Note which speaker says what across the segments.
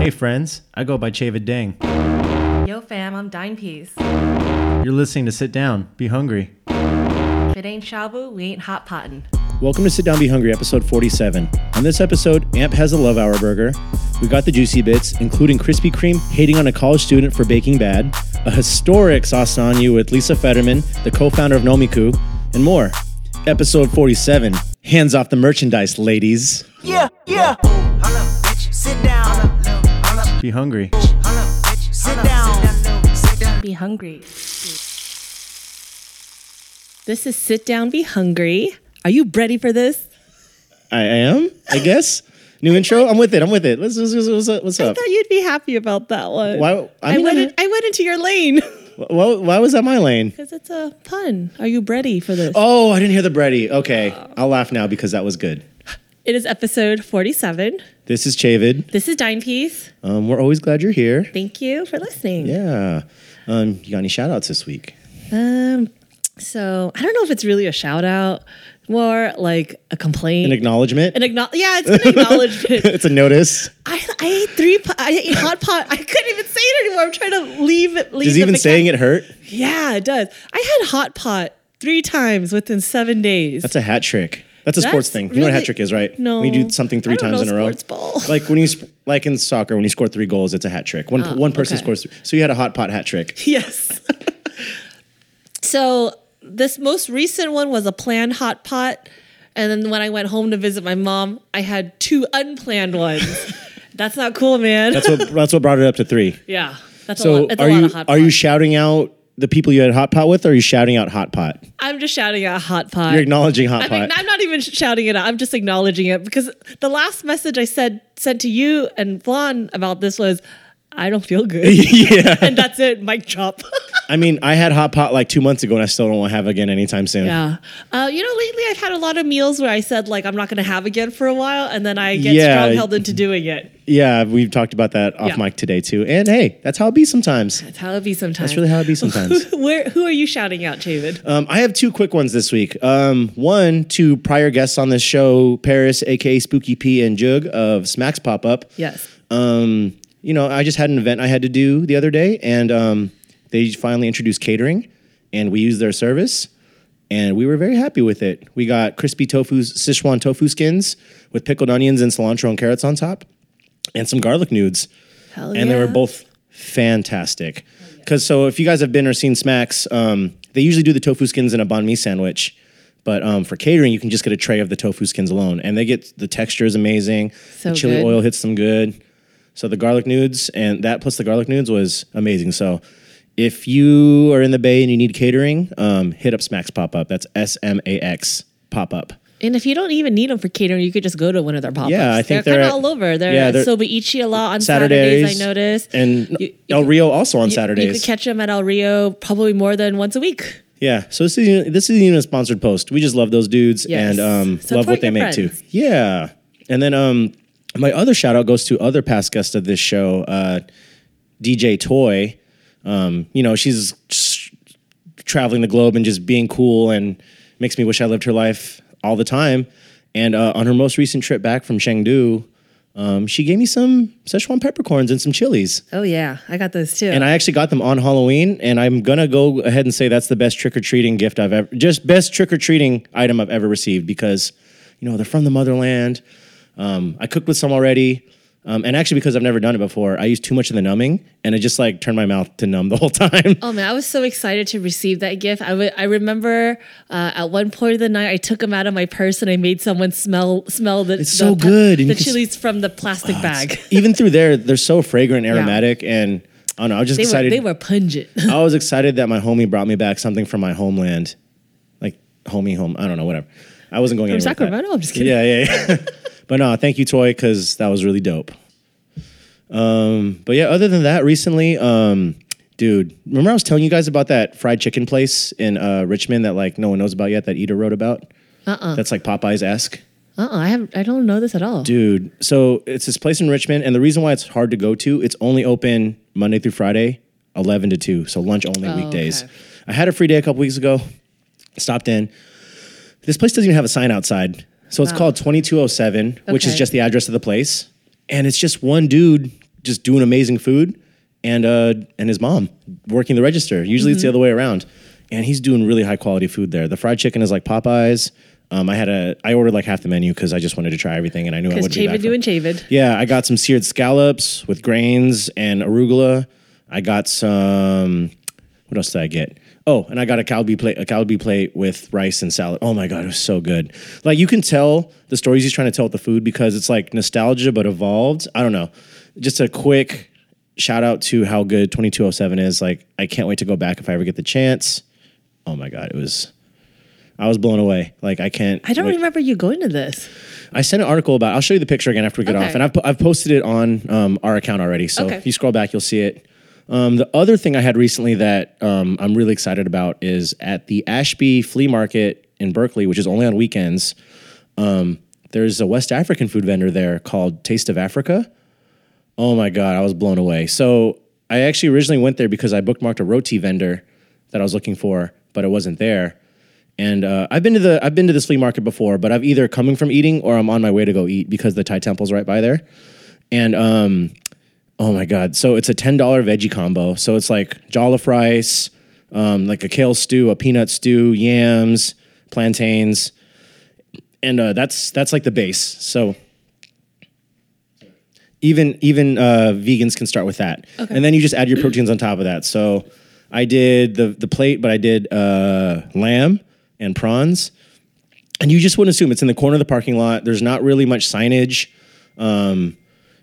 Speaker 1: Hey friends, I go by Chavid Dang.
Speaker 2: Yo, fam, I'm Dine Peas.
Speaker 1: You're listening to Sit Down, Be Hungry.
Speaker 2: If it ain't shabu, we ain't hot potting.
Speaker 1: Welcome to Sit Down, Be Hungry, episode 47. On this episode, Amp has a Love Hour burger. We got the juicy bits, including Krispy Kreme hating on a college student for baking bad, a historic Sasanyu with Lisa Fetterman, the co founder of Nomiku, and more. Episode 47 Hands off the merchandise, ladies.
Speaker 3: Yeah, yeah. Sit down.
Speaker 1: Be hungry.
Speaker 3: Sit down. Sit down.
Speaker 2: Be hungry.
Speaker 4: This is Sit Down, Be Hungry. Are you ready for this?
Speaker 1: I am, I guess. New intro? I'm with it. I'm with it. Let's, let's, let's, what's up? What's
Speaker 4: I
Speaker 1: up?
Speaker 4: thought you'd be happy about that one.
Speaker 1: Why- I
Speaker 4: I,
Speaker 1: mean,
Speaker 4: went,
Speaker 1: I-
Speaker 4: in- I went into your lane.
Speaker 1: Why, why was that my lane?
Speaker 4: Because it's a pun. Are you ready for this?
Speaker 1: Oh, I didn't hear the bready. Okay. I'll laugh now because that was good.
Speaker 4: It is episode 47.
Speaker 1: This is Chavid.
Speaker 4: This is Dine Piece.
Speaker 1: Um, we're always glad you're here.
Speaker 4: Thank you for listening.
Speaker 1: Yeah. Um, you got any shout outs this week?
Speaker 4: Um, so I don't know if it's really a shout out, more like a complaint.
Speaker 1: An acknowledgement?
Speaker 4: An acknow- yeah, it's an acknowledgement.
Speaker 1: it's a notice.
Speaker 4: I, I ate three. Po- I ate hot pot. I couldn't even say it anymore. I'm trying to leave. it- leave
Speaker 1: Does
Speaker 4: the
Speaker 1: even
Speaker 4: mecha-
Speaker 1: saying it hurt?
Speaker 4: Yeah, it does. I had hot pot three times within seven days.
Speaker 1: That's a hat trick. That's a sports
Speaker 4: That's
Speaker 1: thing. You know what a hat
Speaker 4: really-
Speaker 1: trick is, right?
Speaker 4: No.
Speaker 1: When you do something three
Speaker 4: I don't
Speaker 1: times
Speaker 4: know
Speaker 1: in a row.
Speaker 4: sports ball.
Speaker 1: Like when you sp- like in soccer, when you score three goals, it's a hat trick. One one person
Speaker 4: Oh, okay.
Speaker 1: scores. Three. So you had a hot pot hat trick.
Speaker 4: yes. so this most recent one was a planned hot pot, and then when I went home to visit my mom, I had two unplanned ones. That's not cool, man.
Speaker 1: That's what that's what brought it up to three.
Speaker 4: yeah, that's a
Speaker 1: So
Speaker 4: lot. That's
Speaker 1: are
Speaker 4: a lot
Speaker 1: you
Speaker 4: of hot
Speaker 1: are you
Speaker 4: pot.
Speaker 1: shouting out the people you had hot pot with? or Are you shouting out hot pot?
Speaker 4: I'm just shouting out hot pot.
Speaker 1: You're acknowledging hot
Speaker 4: I'm,
Speaker 1: pot.
Speaker 4: I'm not even shouting it out. I'm just acknowledging it because the last message I said sent to you and Vaughn about this was, "I don't feel good,"
Speaker 1: yeah.
Speaker 4: and that's it. Mic drop.
Speaker 1: I mean, I had hot pot like two months ago, and I still don't have again anytime soon.
Speaker 4: Yeah. Uh, you know, lately I've had a lot of meals where I said, like, I'm not going to have again for a while. And then I get
Speaker 1: Yeah.
Speaker 4: strong held into doing it.
Speaker 1: Yeah, we've talked about that off
Speaker 4: Yeah.
Speaker 1: mic today too. And hey, that's how it be sometimes.
Speaker 4: That's how it be sometimes.
Speaker 1: That's really how it be sometimes.
Speaker 4: Where, who are you shouting out, David?
Speaker 1: um, I have two quick ones this week. Um, one to prior guests on this show, Paris, aka Spooky P, and Jug of Smacks Pop Up.
Speaker 4: yes.
Speaker 1: Um, you know, I just had an event I had to do the other day, and um, they finally introduced catering, and we used their service, and we were very happy with it. We got crispy tofu, Sichuan tofu skins with pickled onions and cilantro and carrots on top, and some garlic nudes,
Speaker 4: Hell
Speaker 1: and they were
Speaker 4: Oh, yeah.
Speaker 1: both fantastic. Because so, if you guys have been or seen Smacks, um, they usually do the tofu skins in a banh mi sandwich. But um, for catering, you can just get a tray of the tofu skins alone, and they get the texture is amazing.
Speaker 4: So
Speaker 1: the chili
Speaker 4: good.
Speaker 1: oil hits them good. So the garlic nudes and that plus the garlic nudes was amazing. So if you are in the Bay and you need catering, um, hit up Smacks Pop Up. That's S M A X Pop Up.
Speaker 4: And if you don't even need them for catering, you could just go to one of their pop ups.
Speaker 1: Yeah, I think they're
Speaker 4: they're, kind
Speaker 1: at-
Speaker 4: of all over. They're,
Speaker 1: yeah,
Speaker 4: at
Speaker 1: they're-
Speaker 4: Sobiichi a lot on
Speaker 1: Saturdays,
Speaker 4: Saturdays, I noticed.
Speaker 1: and
Speaker 4: You- you
Speaker 1: El
Speaker 4: could-
Speaker 1: Rio also on
Speaker 4: You-
Speaker 1: Saturdays.
Speaker 4: You could catch them at El Rio probably more than once a week.
Speaker 1: yeah, so this is this is even a sponsored post. We just love those dudes
Speaker 4: Yes.
Speaker 1: and um, love
Speaker 4: Support
Speaker 1: what they
Speaker 4: your
Speaker 1: make too.
Speaker 4: friends.
Speaker 1: Yeah, and then um, my other shout out goes to other past guest of this show, uh, DJ Toy. Um, you know, she's just traveling the globe and just being cool and makes me wish I lived her life all the time. And uh, on her most recent trip back from Chengdu, um, she gave me some Szechuan peppercorns and some chilies.
Speaker 4: Oh, yeah. I got those too.
Speaker 1: And I actually got them on Halloween. And I'm gonna go ahead and say that's the best trick or treating gift I've ever, just best trick or treating item I've ever received because, you know, they're from the motherland. Um, I cooked with some already. Um, and actually, because I've never done it before, I used too much of the numbing, and it just like turned my mouth to numb the whole time.
Speaker 4: Oh man, I was so excited to receive that gift. I wa- I remember uh, at one point of the night, I took them out of my purse and I made someone smell smell the
Speaker 1: It's
Speaker 4: the
Speaker 1: so
Speaker 4: pe-
Speaker 1: good, and you
Speaker 4: the
Speaker 1: can s-
Speaker 4: chilies from the plastic bag.
Speaker 1: Even through there, they're so fragrant, and aromatic, and I don't know. I was just
Speaker 4: They were
Speaker 1: excited.
Speaker 4: they were pungent.
Speaker 1: I was excited that my homie brought me back something from my homeland, like homie home. I don't know, whatever. I wasn't going from anywhere with that.
Speaker 4: Sacramento? I'm just kidding.
Speaker 1: Yeah, yeah. yeah. but no, thank you, Toy, because that was really dope. Um, but yeah, other than that, recently, um, dude, remember I was telling you guys about that fried chicken place in uh, Richmond that like no one knows about yet that Eater wrote about. Uh-uh. That's like Popeyes esque
Speaker 4: Uh, uh I have I don't know this at all.
Speaker 1: dude so it's this place in richmond and the reason why it's hard to go to it's only open monday through friday 11 to 2 so lunch only weekdays
Speaker 4: Oh, okay.
Speaker 1: i had a free day a couple weeks ago stopped in this place doesn't even have a sign outside so it's called 2207 which is
Speaker 4: Oh. Okay.
Speaker 1: just the address of the place and it's just one dude just doing amazing food, and uh, and his mom working the register. Usually it's the
Speaker 4: Mm-hmm.
Speaker 1: other way around, and he's doing really high quality food there. The fried chicken is like Popeyes. Um, I had a I ordered like half the menu because I just wanted to try everything, and I knew I
Speaker 4: Because
Speaker 1: would be back
Speaker 4: Chavid
Speaker 1: for-
Speaker 4: doing Chavid.
Speaker 1: yeah, I got some seared scallops with grains and arugula. I got some. What else did I get? Oh, and I got a calbi plate, a calbi plate with rice and salad. Oh my god, it was so good. Like you can tell the stories he's trying to tell with the food because it's like nostalgia but evolved. I don't know. Just a quick shout out to how good 2207 is. Like I can't wait to go back if I ever get the chance. Oh my god, it was. I was blown away. Like I can't.
Speaker 4: I don't
Speaker 1: wait.
Speaker 4: remember you going to this.
Speaker 1: I sent an article about. I'll show you the picture again after we get
Speaker 4: Okay.
Speaker 1: off, and I've, po- I've posted it on um, our account already. So
Speaker 4: Okay.
Speaker 1: if you scroll back, you'll see it. Um, the other thing I had recently that um, I'm really excited about is at the Ashby Flea Market in Berkeley, which is only on weekends. Um, there's a West African food vendor there called Taste of Africa. Oh my god, I was blown away. So I actually originally went there because I bookmarked a roti vendor that I was looking for, but it wasn't there. And uh, I've been to the I've been to this flea market before, but I've either coming from eating or I'm on my way to go eat because the Thai temple's right by there. And um, oh my god, so it's a ten dollar veggie combo. So it's like jollof rice, um, like a kale stew, a peanut stew, yams, plantains, and uh, that's that's like the base. So even even uh, vegans can start with that, and then you just add your proteins on top of that. So I did the the plate, but I did uh, lamb and prawns, and you just wouldn't assume it's in the corner of the parking lot. There's not really much signage. Um,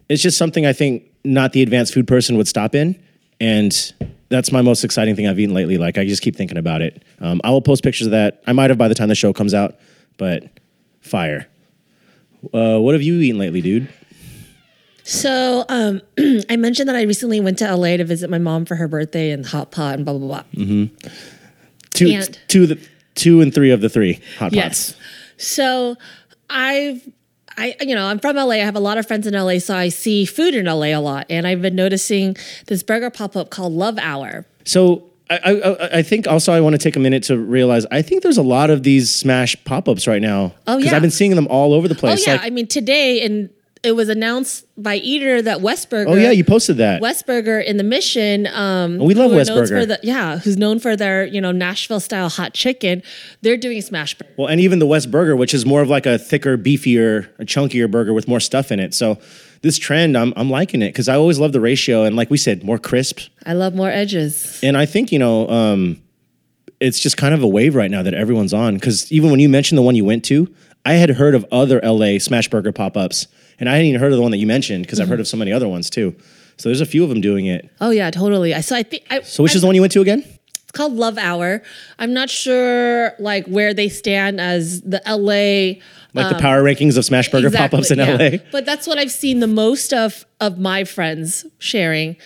Speaker 1: it's just something I think not the advanced food person would stop in, and that's my most exciting thing I've eaten lately. Like I just keep thinking about it. Um, I will post pictures of that. I might have by the time the show comes out, but fire. Uh, what have you eaten lately, dude?
Speaker 4: So um, I mentioned that I recently went to LA to visit my mom for her birthday and hot pot and blah blah blah.
Speaker 1: two,
Speaker 4: And-
Speaker 1: two, of the, two and three of the three hot
Speaker 4: Yes.
Speaker 1: pots.
Speaker 4: So I've I you know, I'm from LA. I have a lot of friends in LA, so I see food in LA a lot. And I've been noticing this burger pop-up called Love Hour.
Speaker 1: So I, I, I- I think also I want to take a minute to realize I think there's a lot of these smash pop ups right now.
Speaker 4: Oh,
Speaker 1: because
Speaker 4: yeah.
Speaker 1: I've been seeing them all over the
Speaker 4: Oh
Speaker 1: place.
Speaker 4: yeah,
Speaker 1: Like,
Speaker 4: I mean today and it was announced by Eater that Westburger
Speaker 1: oh yeah, you posted that.
Speaker 4: Westburger in the Mission. Um,
Speaker 1: We love
Speaker 4: who are known
Speaker 1: Westburger.
Speaker 4: for the- yeah, who's known for their you know Nashville style hot chicken. They're doing smash burger.
Speaker 1: well, and even the West Burger, which is more of like a thicker, beefier, a chunkier burger with more stuff in it. So this trend, I'm I'm liking it because I always love the ratio and like we said, more crisp,
Speaker 4: I love more edges.
Speaker 1: And I think, you know, um, it's just kind of a wave right now that everyone's on. Because even when you mentioned the one you went to, I had heard of other LA smash burger pop ups, and I hadn't even heard of the one that you mentioned because I've heard of so many other ones too. So there's a few of them doing it.
Speaker 4: Oh yeah, totally. I so I think I,
Speaker 1: So which
Speaker 4: I,
Speaker 1: is the one you went to again?
Speaker 4: it's called Love Hour. I'm not sure like where they stand as the LA
Speaker 1: Like the power rankings of smash burger
Speaker 4: Um, Exactly,
Speaker 1: pop ups in
Speaker 4: yeah.
Speaker 1: LA.
Speaker 4: But that's what I've seen the most of of my friends sharing.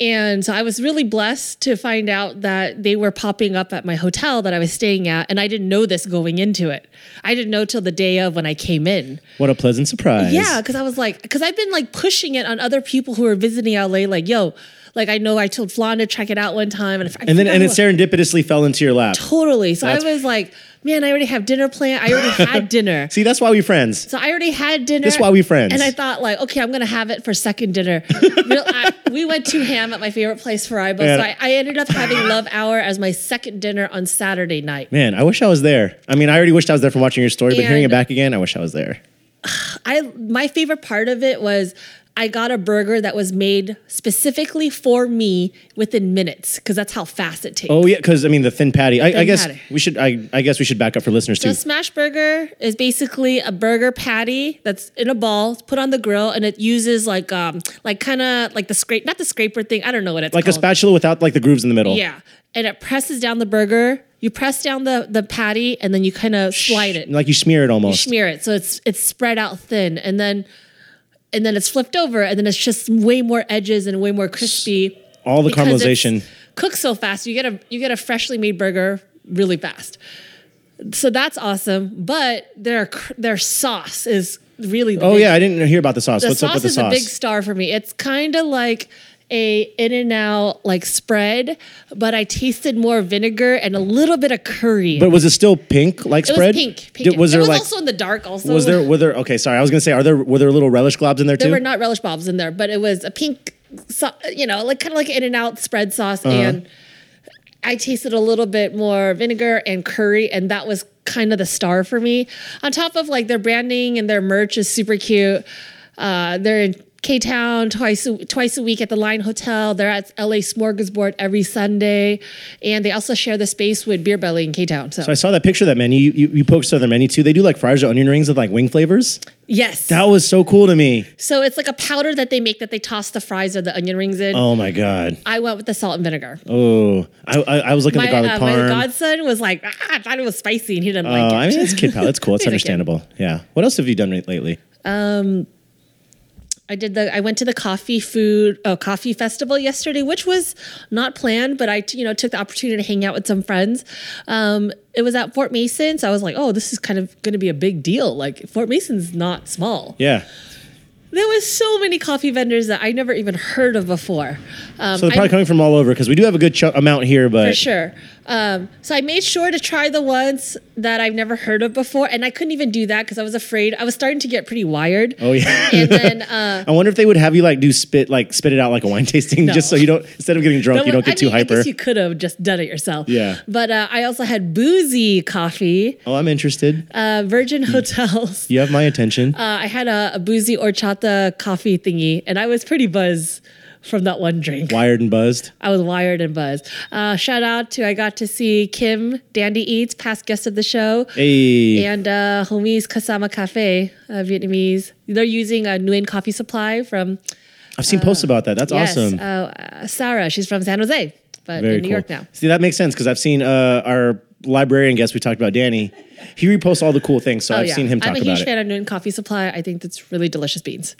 Speaker 4: And so I was really blessed to find out that they were popping up at my hotel that I was staying at. And I didn't know this going into it. I didn't know till the day of when I came in.
Speaker 1: What a pleasant surprise.
Speaker 4: Yeah, because I was like, because I've been like pushing it on other people who are visiting LA, like, yo, like I know I told Flan to check it out one time. And, if, I
Speaker 1: And then
Speaker 4: forgot
Speaker 1: and
Speaker 4: who-
Speaker 1: it serendipitously fell into your lap.
Speaker 4: Totally. So I
Speaker 1: That's-
Speaker 4: was like, man, I already have dinner planned. I already had dinner.
Speaker 1: See, that's why we friends.
Speaker 4: So I already had dinner.
Speaker 1: That's why we friends.
Speaker 4: And I thought like, okay, I'm gonna have it for second dinner. Real, I, we went to ham at my favorite place, Fariba.
Speaker 1: Man.
Speaker 4: So I, I ended up having Love Hour as my second dinner on Saturday night.
Speaker 1: Man, I wish I was there. I mean, I already wished I was there from watching your story, but hearing it
Speaker 4: And-
Speaker 1: back again, I wish I was there.
Speaker 4: I my favorite part of it was. I got a burger that was made specifically for me within minutes because that's how fast it takes.
Speaker 1: Oh yeah, because I mean the thin patty. I, I
Speaker 4: Thin
Speaker 1: guess
Speaker 4: patty.
Speaker 1: we should. I, I guess we should back up for listeners
Speaker 4: So
Speaker 1: too.
Speaker 4: a smash burger is basically a burger patty that's in a ball, it's put on the grill, and it uses like um like kind of like the scrape, not the scraper thing. I don't know what it's
Speaker 1: like a
Speaker 4: called.
Speaker 1: spatula without like the grooves in the middle.
Speaker 4: Yeah. And it presses down the burger. You press down the the patty and then you kind of slide it.
Speaker 1: Like you smear it almost.
Speaker 4: Smear it. So it's it's spread out thin and then and then it's flipped over and then it's just way more edges and way more crispy.
Speaker 1: All the
Speaker 4: because it's
Speaker 1: caramelization.
Speaker 4: Cooked so fast. You get a you get a freshly made burger really fast. So that's awesome, but their cr- their sauce is really the
Speaker 1: Oh
Speaker 4: big
Speaker 1: yeah, I didn't hear about the sauce.
Speaker 4: the
Speaker 1: What's
Speaker 4: sauce
Speaker 1: up with the
Speaker 4: is
Speaker 1: sauce?
Speaker 4: a big star for me. It's kind of like a in and out like spread, but I tasted more vinegar and a little bit of curry.
Speaker 1: but was it still pink like
Speaker 4: it
Speaker 1: spread?
Speaker 4: was pink. pink
Speaker 1: Did- was
Speaker 4: it
Speaker 1: there
Speaker 4: was
Speaker 1: like
Speaker 4: also in the dark. Also,
Speaker 1: was there were there okay? Sorry, I was gonna say are there were there little relish globs in there,
Speaker 4: there
Speaker 1: too?
Speaker 4: were not relish bulbs in there, but it was a pink so, you know, like kind of like In and Out spread sauce.
Speaker 1: Uh-huh.
Speaker 4: And I tasted a little bit more vinegar and curry, and that was kind of the star for me. On top of like their branding and their merch is super cute. Uh, they're in K Town twice a, twice a week at the Line Hotel. They're at LA Smorgasbord every Sunday, and they also share the space with Beer Belly in K Town. So,
Speaker 1: I saw that picture of that menu. You, you, you posted their menu too. They do like fries or onion rings with like wing flavors.
Speaker 4: yes,
Speaker 1: That was so cool to me.
Speaker 4: so it's like a powder that they make that they toss the fries or the onion rings in.
Speaker 1: Oh my god.
Speaker 4: I went with the salt and vinegar.
Speaker 1: Oh, I I, I was looking at
Speaker 4: my,
Speaker 1: the garlic
Speaker 4: uh, my
Speaker 1: parm.
Speaker 4: godson was like, ah, I thought it was spicy, and he didn't
Speaker 1: Oh,
Speaker 4: like it.
Speaker 1: I mean, it's kid palate. It's cool. It's
Speaker 4: He's a kid.
Speaker 1: understandable. Yeah. What else have you done re- lately?
Speaker 4: I did the. I went to the coffee food uh, coffee festival yesterday, which was not planned, but I you know took the opportunity to hang out with some friends. Um, it was at Fort Mason, so I was like, oh, this is kind of going to be a big deal. Like Fort Mason's not small.
Speaker 1: Yeah.
Speaker 4: There was so many coffee vendors that I never even heard of before. Um,
Speaker 1: So they're probably
Speaker 4: I-
Speaker 1: coming from all over because we do have a good ch- amount here,
Speaker 4: for
Speaker 1: but
Speaker 4: sure. Um, so I made sure to try the ones that I've never heard of before, and I couldn't even do that because I was afraid. I was starting to get pretty wired.
Speaker 1: oh yeah.
Speaker 4: and then uh,
Speaker 1: I wonder if they would have you like do spit like spit it out like a wine tasting
Speaker 4: No.
Speaker 1: just so you don't instead of getting drunk you don't
Speaker 4: I
Speaker 1: get too
Speaker 4: mean, I
Speaker 1: hyper.
Speaker 4: guess you could have just done it yourself.
Speaker 1: Yeah.
Speaker 4: But uh, I also had boozy coffee,
Speaker 1: oh, I'm interested.
Speaker 4: uh, Virgin
Speaker 1: Hmm.
Speaker 4: Hotels.
Speaker 1: You have my attention.
Speaker 4: Uh, I had a, a boozy horchata coffee thingy, and I was pretty buzzed from that one drink.
Speaker 1: Wired and buzzed.
Speaker 4: I was wired and buzzed. Uh, shout out to I got to see Kim Dandy Eats, past guest of the show.
Speaker 1: Hey.
Speaker 4: And uh, homies Kasama Cafe, uh, Vietnamese. They're using a Nguyen coffee supply from
Speaker 1: I've seen posts about that. That's
Speaker 4: yes,
Speaker 1: awesome.
Speaker 4: uh, uh, Sarah. She's from San Jose, but
Speaker 1: Very
Speaker 4: in New
Speaker 1: cool.
Speaker 4: York now.
Speaker 1: See, that makes sense because I've seen uh, our librarian guest we talked about, Danny. He reposts all the cool things, so I've seen him talk
Speaker 4: Oh, I'm a
Speaker 1: about
Speaker 4: huge
Speaker 1: it.
Speaker 4: fan of Noon Coffee Supply. I think that's really delicious beans.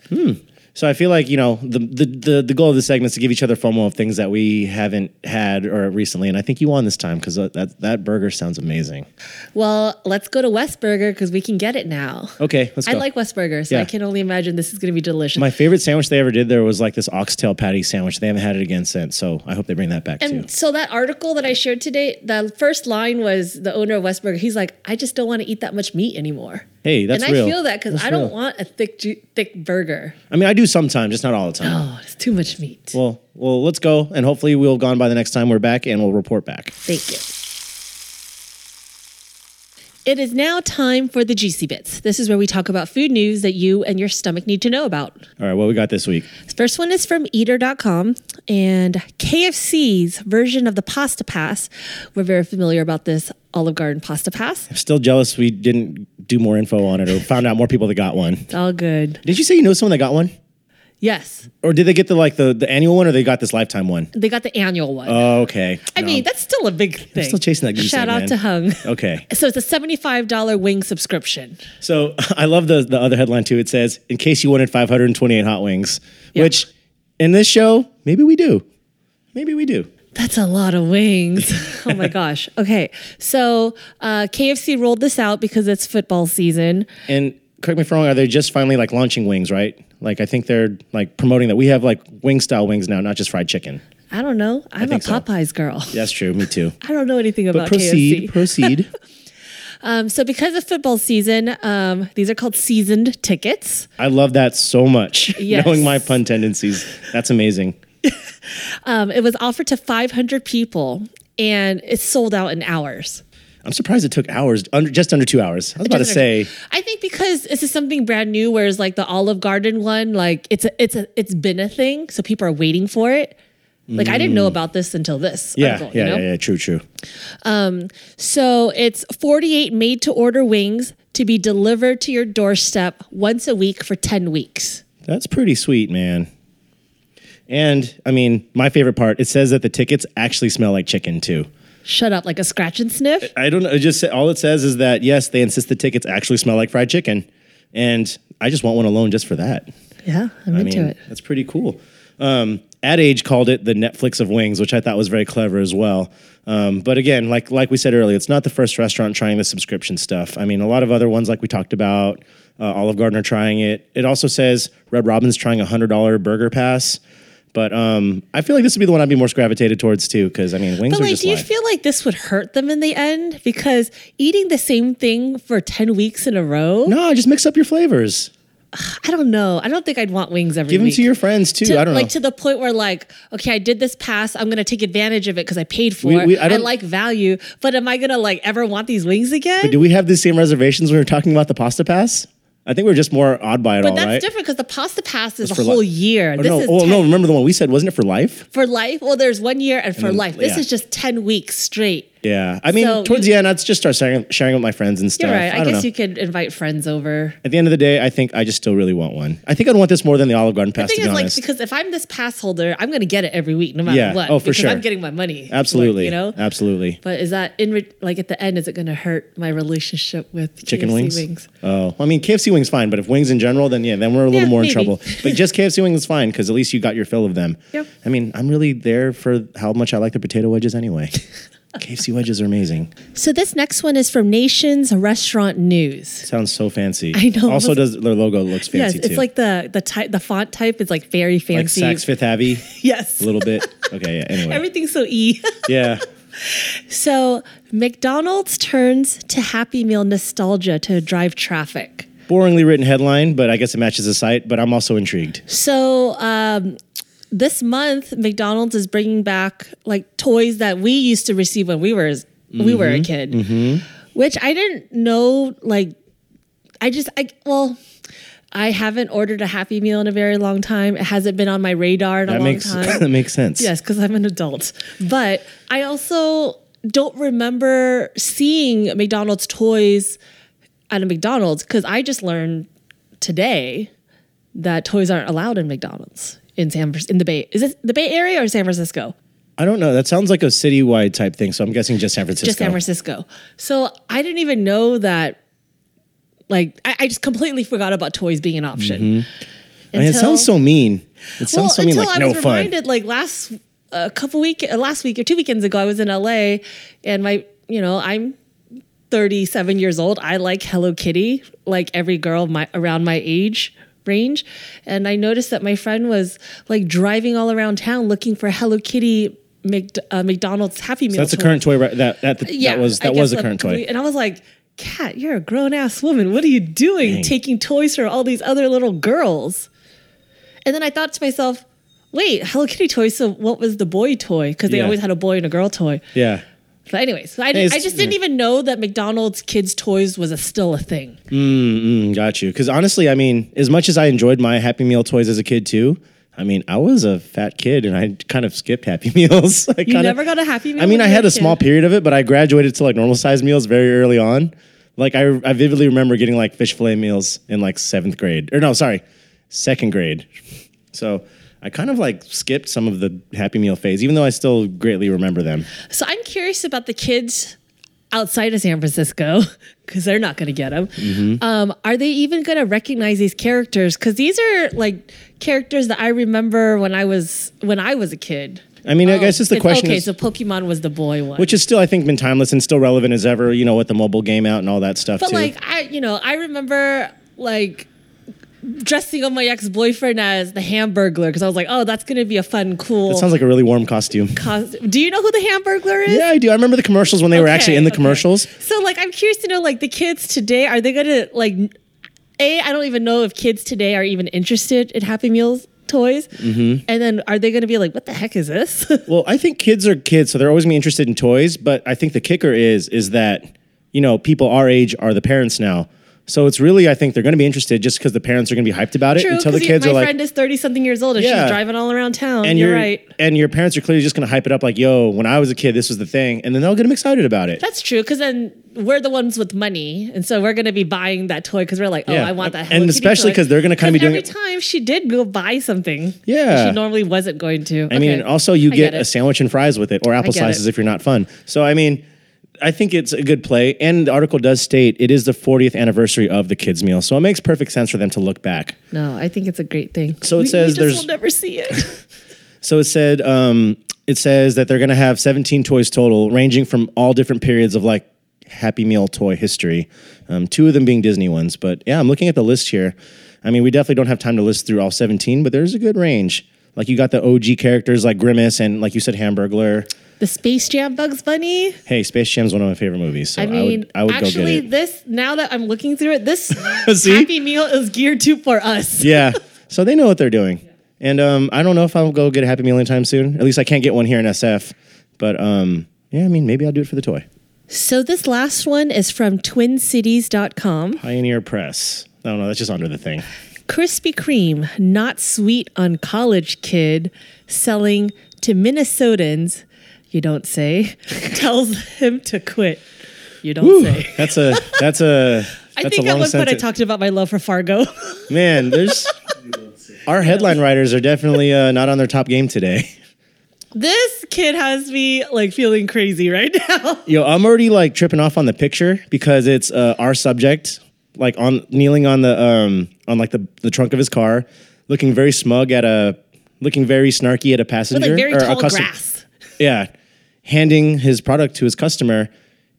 Speaker 1: So I feel like you know the, the the the goal of this segment is to give each other FOMO of things that we haven't had or recently, and I think you won this time because that, that that burger sounds amazing.
Speaker 4: Well, let's go to Westburger because we can get it now.
Speaker 1: Okay, Oh, let's
Speaker 4: I
Speaker 1: go.
Speaker 4: like Westburger, so
Speaker 1: Yeah.
Speaker 4: I can only imagine this is going to be delicious.
Speaker 1: my favorite sandwich they ever did there was like this oxtail patty sandwich. They haven't had it again since, so I hope they bring that back
Speaker 4: and
Speaker 1: too.
Speaker 4: so that article that I shared today, the first line was the owner of Westburger. He's like, "I just don't want to eat that much meat anymore."
Speaker 1: Hey, that's
Speaker 4: and
Speaker 1: real.
Speaker 4: I feel that because
Speaker 1: That's
Speaker 4: I don't
Speaker 1: real.
Speaker 4: want a thick, ju- thick burger.
Speaker 1: I mean, I do sometimes, just not all the time.
Speaker 4: Oh, it's too much meat.
Speaker 1: Well, well, let's go, and hopefully we'll have gone by the next time we're back, and we'll report back.
Speaker 4: Thank you. It is now time for the juicy bits. This is where we talk about food news that you and your stomach need to know about.
Speaker 1: All right, what we got this week?
Speaker 4: First one is from eater.com and KFC's version of the pasta pass. We're very familiar about this Olive Garden pasta pass.
Speaker 1: I'm still jealous we didn't do more info on it or found out more people that got one.
Speaker 4: It's all good.
Speaker 1: Did you say you know someone that got one?
Speaker 4: Yes,
Speaker 1: Or did they get the like the, the annual one, or they got this lifetime one?
Speaker 4: they got the annual one.
Speaker 1: Oh, okay.
Speaker 4: I
Speaker 1: No.
Speaker 4: mean, that's still a big thing.
Speaker 1: still chasing that goose
Speaker 4: Shout
Speaker 1: egg,
Speaker 4: out
Speaker 1: man.
Speaker 4: to Hung.
Speaker 1: okay.
Speaker 4: So it's a $75 wing subscription.
Speaker 1: So I love the the other headline too. It says, "In case you wanted 528 hot wings," which in this show maybe we do, maybe we do.
Speaker 4: That's a lot of wings. oh my gosh. Okay. So uh, KFC rolled this out because it's football season.
Speaker 1: And correct me if I'm wrong. Are they just finally like launching wings? Right? Like I think they're like promoting that we have like wing style wings now, not just fried chicken.
Speaker 4: I don't know. I'm a
Speaker 1: think so.
Speaker 4: Popeyes girl.
Speaker 1: That's true. Me too.
Speaker 4: I don't know anything
Speaker 1: But
Speaker 4: about
Speaker 1: proceed,
Speaker 4: KFC.
Speaker 1: proceed.
Speaker 4: Um, so because of football season, um, these are called seasoned tickets.
Speaker 1: I love that so much.
Speaker 4: Yes.
Speaker 1: Knowing my pun tendencies, that's amazing.
Speaker 4: Um, it was offered to 500 people and it's sold out in hours.
Speaker 1: I'm surprised it took hours, under, just under two hours. I was about to say.
Speaker 4: I think because this is something brand new, whereas like the Olive Garden one, like it's a, it's a, it's been a thing, so people are waiting for it. Like I didn't know about this until this.
Speaker 1: Mm. Yeah,
Speaker 4: article,
Speaker 1: yeah,
Speaker 4: you know?
Speaker 1: yeah, yeah, true, true.
Speaker 4: So it's 48 made to order wings to be delivered to your doorstep once a week for 10 weeks.
Speaker 1: That's pretty sweet, man. And I mean, my favorite part, it says that the tickets actually smell like chicken too.
Speaker 4: Shut up, like a scratch and sniff.
Speaker 1: I don't know, it just all it says is that yes, they insist the tickets actually smell like fried chicken. And I just want one alone just for that.
Speaker 4: Yeah, I'm
Speaker 1: I
Speaker 4: into
Speaker 1: mean,
Speaker 4: it.
Speaker 1: that's pretty cool. Um, Ad Age called it the Netflix of wings, which I thought was very clever as well. Um, but again, like like we said earlier, it's not the first restaurant trying the subscription stuff. I mean, a lot of other ones, like we talked about, uh, Olive Garden are trying it. It also says Red Robin's trying a hundred dollar burger pass. But um, I feel like this would be the one I'd be most gravitated towards too, because I mean, wings
Speaker 4: But
Speaker 1: are
Speaker 4: like,
Speaker 1: just
Speaker 4: do you
Speaker 1: life.
Speaker 4: feel like this would hurt them in the end? Because eating the same thing for 10 weeks in a row?
Speaker 1: no, just mix up your flavors.
Speaker 4: I don't know. I don't think I'd want wings every
Speaker 1: Give them
Speaker 4: week.
Speaker 1: to your friends too. I don't
Speaker 4: like
Speaker 1: know.
Speaker 4: to the point where like okay i did this pass i'm gonna take advantage of it because i paid for
Speaker 1: We- we-
Speaker 4: it
Speaker 1: I
Speaker 4: i,
Speaker 1: don't-
Speaker 4: like value but am i gonna like ever want these wings again
Speaker 1: Do we have the same reservations when we were talking about the pasta pass? I think we were just more odd by it all,
Speaker 4: But that's
Speaker 1: right?
Speaker 4: different because the pasta pass is
Speaker 1: for
Speaker 4: a whole
Speaker 1: li-
Speaker 4: year.
Speaker 1: Or
Speaker 4: this
Speaker 1: no,
Speaker 4: is
Speaker 1: oh
Speaker 4: 10
Speaker 1: no! Remember the one we said wasn't it for life?
Speaker 4: for life. Well, there's one year and for
Speaker 1: then-
Speaker 4: life. This
Speaker 1: yeah.
Speaker 4: is just ten weeks straight.
Speaker 1: Yeah, I mean,
Speaker 4: So
Speaker 1: towards
Speaker 4: you-
Speaker 1: the end, I'd just start sharing, sharing with my friends and stuff.
Speaker 4: You're right. I,
Speaker 1: don't
Speaker 4: guess
Speaker 1: know.
Speaker 4: you could invite friends over.
Speaker 1: At the end of the day, I think I just still really want one. I think I'd want this more than the Olive Garden
Speaker 4: The
Speaker 1: pass.
Speaker 4: thing
Speaker 1: to
Speaker 4: is,
Speaker 1: be
Speaker 4: like,
Speaker 1: honest.
Speaker 4: because if I'm this pass holder, I'm going to get it every week, no matter
Speaker 1: Yeah.
Speaker 4: what.
Speaker 1: Oh, for
Speaker 4: because
Speaker 1: sure.
Speaker 4: I'm getting my money. for it,
Speaker 1: absolutely,
Speaker 4: you know.
Speaker 1: absolutely.
Speaker 4: But is that in re- like at the end? Is it going to hurt my relationship with
Speaker 1: Chicken
Speaker 4: KFC
Speaker 1: wings? Oh, I mean, KFC wings fine, but if wings in general, then yeah, then we're a little
Speaker 4: Yeah,
Speaker 1: more in
Speaker 4: maybe.
Speaker 1: trouble. But just KFC wings is fine because at least you got your fill of them.
Speaker 4: Yep.
Speaker 1: I mean, I'm really there for how much I like the potato wedges anyway. KFC wedges are amazing.
Speaker 4: So this next one is from Nations Restaurant News.
Speaker 1: Sounds so fancy.
Speaker 4: I know.
Speaker 1: Also, does their logo looks fancy
Speaker 4: yes,
Speaker 1: too?
Speaker 4: it's like the the type, the font type is like very
Speaker 1: like
Speaker 4: fancy.
Speaker 1: Saks Fifth Abbey,
Speaker 4: yes,
Speaker 1: a little bit. Okay. Yeah. Anyway.
Speaker 4: everything's so e.
Speaker 1: yeah.
Speaker 4: So McDonald's turns to Happy Meal nostalgia to drive traffic.
Speaker 1: Boringly written headline, but I guess it matches the site. But I'm also intrigued.
Speaker 4: So um, this month, McDonald's is bringing back like toys that we used to receive when we were we were
Speaker 1: Mm-hmm.
Speaker 4: a kid, which I didn't know. Like, I just I well. I haven't ordered a Happy Meal in a very long time. It hasn't been on my radar in a
Speaker 1: That
Speaker 4: long
Speaker 1: makes
Speaker 4: time.
Speaker 1: that makes sense.
Speaker 4: Yes, because I'm an adult. But I also don't remember seeing McDonald's toys at a McDonald's because I just learned today that toys aren't allowed in McDonald's in San Fran- in the Bay. Is it the Bay Area or San Francisco?
Speaker 1: I don't know. That sounds like a citywide type thing. So I'm guessing just San Francisco.
Speaker 4: Just San Francisco. So I didn't even know that. Like I, I just completely forgot about toys being an option.
Speaker 1: Mm-hmm. I mean, it
Speaker 4: Until-
Speaker 1: sounds so mean. It sounds so mean,
Speaker 4: until
Speaker 1: like
Speaker 4: I
Speaker 1: no
Speaker 4: was
Speaker 1: fun.
Speaker 4: reminded, like last a couple week, uh, last week or two weekends ago, I was in LA, and my, you know, I'm 37 years old. I like Hello Kitty, like every girl my around my age range, and I noticed that my friend was like driving all around town looking for Hello Kitty. Mc, uh, McDonald's Happy Meal.
Speaker 1: That's a
Speaker 4: toys.
Speaker 1: current toy. Right? That that, that was
Speaker 4: I
Speaker 1: that was
Speaker 4: guess
Speaker 1: a current toy.
Speaker 4: And I was like, Kat, you're a grown ass woman. What are you doing taking toys from all these other little girls? And then I thought to myself, wait, Hello Kitty toys. So what was the boy toy? Because they
Speaker 1: Yeah.
Speaker 4: always had a boy and a girl toy.
Speaker 1: Yeah.
Speaker 4: But anyways, I, didn't- I
Speaker 1: It's-
Speaker 4: just didn't even know that McDonald's kids toys was a, still a thing.
Speaker 1: Mm, Got you. Because honestly, I mean, as much as I enjoyed my Happy Meal toys as a kid too, I mean, I was a fat kid and I kind of skipped Happy Meals. I
Speaker 4: You
Speaker 1: kinda-
Speaker 4: never got a Happy Meal.
Speaker 1: I mean,
Speaker 4: when
Speaker 1: I
Speaker 4: you were
Speaker 1: had a
Speaker 4: kid?
Speaker 1: small period of it, but I graduated to like normal size meals very early on. Like I, I vividly remember getting like fish fillet meals in like seventh grade, or no, sorry, second grade. So I kind of like skipped some of the Happy Meal phase, even though I still greatly remember them.
Speaker 4: So I'm curious about the kids outside of San Francisco because they're not going to get them.
Speaker 1: Mm-hmm.
Speaker 4: Um, are they even going to recognize these characters? Because these are like characters that I remember when I was when I was a kid.
Speaker 1: I mean, I guess just the
Speaker 4: Oh, It's-
Speaker 1: question
Speaker 4: okay,
Speaker 1: is,
Speaker 4: so Pokemon was the boy one,
Speaker 1: which has still I think been timeless and still relevant as ever. You know, with the mobile game out and all that stuff
Speaker 4: but
Speaker 1: too.
Speaker 4: like I, you know, I remember like. Dressing up my ex boyfriend as the Hamburglar because I was like, oh, that's gonna be a fun, cool.
Speaker 1: that sounds like a really warm costume.
Speaker 4: costume. Do you know who the Hamburglar is?
Speaker 1: Yeah, I do. I remember the commercials when they were actually
Speaker 4: Okay,
Speaker 1: in the
Speaker 4: okay.
Speaker 1: commercials.
Speaker 4: So like I'm curious to know like the kids today are they gonna like A, I don't even know if kids today are even interested in Happy Meals toys.
Speaker 1: Mm-hmm.
Speaker 4: And then are they gonna be like, what the heck is this?
Speaker 1: Well, I think kids are kids, so they're always gonna be interested in toys. But I think the kicker is is that you know people our age are the parents now, so it's really I think they're gonna be interested just because the parents are gonna be hyped about it
Speaker 4: True,
Speaker 1: until the
Speaker 4: 'cause
Speaker 1: kids
Speaker 4: my
Speaker 1: are like,
Speaker 4: friend is 30 something years old and
Speaker 1: Yeah.
Speaker 4: she's driving all around town.
Speaker 1: and
Speaker 4: you're
Speaker 1: your-
Speaker 4: right.
Speaker 1: and your parents are clearly just gonna hype it up like, yo, when I was a kid, this was the thing, and then they'll get them excited about it.
Speaker 4: That's true, because then we're the ones with money, and so we're going to be buying that toy because we're like, oh,
Speaker 1: Yeah.
Speaker 4: I want that.
Speaker 1: And
Speaker 4: Hello Kitty
Speaker 1: especially
Speaker 4: toy.
Speaker 1: 'cause they're gonna kinda be doing
Speaker 4: every
Speaker 1: it-
Speaker 4: time she did go buy something. that
Speaker 1: Yeah.
Speaker 4: she normally wasn't going to.
Speaker 1: I mean, also you
Speaker 4: I
Speaker 1: get,
Speaker 4: get
Speaker 1: a
Speaker 4: it.
Speaker 1: sandwich and fries with it, or apple
Speaker 4: get it.
Speaker 1: slices if you're not fun. So I mean, I think it's a good play. And the article does state it is the 40th anniversary of the kids' meal, so it makes perfect sense for them to look back.
Speaker 4: No, I think it's a great thing.
Speaker 1: So it
Speaker 4: We- we
Speaker 1: says
Speaker 4: just
Speaker 1: there's-
Speaker 4: will never see it.
Speaker 1: So it said um, it says that they're going to have 17 toys total, ranging from all different periods of like Happy Meal toy history. Um, two of them being Disney ones, but yeah, I'm looking at the list here. I mean, we definitely don't have time to list through all 17, but there's a good range. Like you got the OG characters like Grimace and like you said Hamburglar.
Speaker 4: The Space Jam Bugs Bunny.
Speaker 1: Hey, Space Jam's one of my favorite movies, so
Speaker 4: I
Speaker 1: Oh, I,
Speaker 4: mean,
Speaker 1: would I would go
Speaker 4: actually,
Speaker 1: get it.
Speaker 4: this now that I'm looking through it, this
Speaker 1: See?
Speaker 4: Happy Meal is geared to for us.
Speaker 1: yeah, so they know what they're doing, and um, I don't know if I'll go get a Happy Meal anytime soon. At least I can't get one here in SF, but um, yeah, I mean, maybe I'll do it for the toy.
Speaker 4: So this last one is from TwinCities.com.
Speaker 1: Pioneer Press. I don't know. That's just under the thing.
Speaker 4: Krispy Kreme, not sweet on college kid, selling to Minnesotans. You don't say. tells him to quit. You don't say.
Speaker 1: That's a that's a.
Speaker 4: I
Speaker 1: that's
Speaker 4: think
Speaker 1: a
Speaker 4: at
Speaker 1: long
Speaker 4: one point I
Speaker 1: sentence.
Speaker 4: talked about my love for Fargo.
Speaker 1: Man, there's our headline writers are definitely uh, not on their top game today.
Speaker 4: this kid has me like feeling crazy right now.
Speaker 1: Yo, I'm already like tripping off on the picture because it's uh, our subject, like on kneeling on the um on like the, the trunk of his car, looking very smug at a looking very snarky at a passenger
Speaker 4: Like very
Speaker 1: or
Speaker 4: tall
Speaker 1: a customer.
Speaker 4: grass.
Speaker 1: Yeah, handing his product to his customer.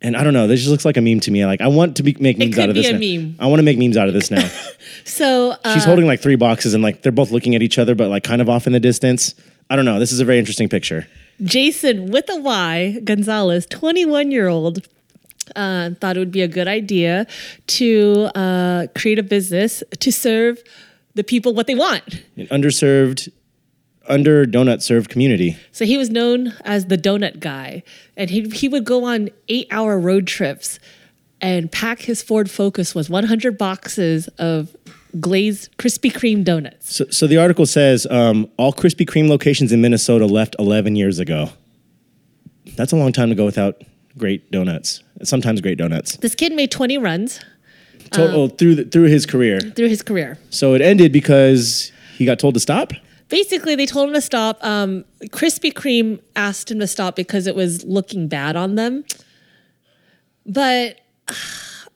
Speaker 1: And I don't know. This just looks like a meme to me. Like I want to be, make memes
Speaker 4: could
Speaker 1: out of
Speaker 4: be
Speaker 1: this.
Speaker 4: a
Speaker 1: now.
Speaker 4: meme.
Speaker 1: I want to make memes out of this now.
Speaker 4: So uh,
Speaker 1: She's holding like three boxes and like they're both looking at each other, but like kind of off in the distance. I don't know. This is a very interesting picture.
Speaker 4: Jason with a Y Gonzalez, 21 year old, uh, thought it would be a good idea to uh, create a business to serve the people what they want.
Speaker 1: An underserved, under donut served community.
Speaker 4: So he was known as the donut guy, and he he would go on eight hour road trips and pack his Ford Focus with 100 boxes of glazed Krispy Kreme donuts.
Speaker 1: So, so the article says um, all Krispy Kreme locations in Minnesota left 11 years ago. That's a long time to go without great donuts. Sometimes great donuts.
Speaker 4: This kid made 20 runs Uh-huh.
Speaker 1: Total through the, through his career.
Speaker 4: through his career.
Speaker 1: So it ended because he got told to stop.
Speaker 4: basically they told him to stop um, krispy kreme asked him to stop because it was looking bad on them but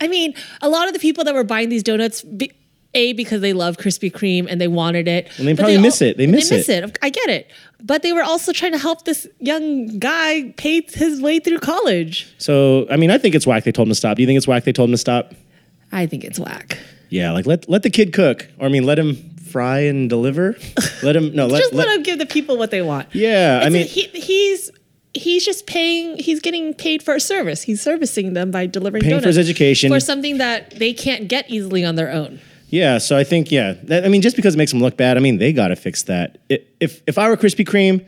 Speaker 4: i mean a lot of the people that were buying these donuts be, a because they love krispy kreme and they wanted it
Speaker 1: And they probably miss it. They miss
Speaker 4: miss it i get it but they were also trying to help this young guy pay his way through college
Speaker 1: So I mean, I think it's whack. They told him to stop. Do you think it's whack? They told him to stop.
Speaker 4: i think it's whack
Speaker 1: Yeah, like let let the kid cook, or I mean, let him fry and deliver. Let him no, let,
Speaker 4: just let,
Speaker 1: let-
Speaker 4: him give the people what they want
Speaker 1: Yeah, I
Speaker 4: It's a-
Speaker 1: mean,
Speaker 4: he, he's he's just paying. He's getting paid for a service. He's servicing them by delivering
Speaker 1: Paying for
Speaker 4: donuts.
Speaker 1: his education.
Speaker 4: for something that they can't get easily on their own.
Speaker 1: yeah. So I think yeah. That, I mean, just because it makes them look bad, I mean, they gotta fix that. I- If if I were Krispy Kreme,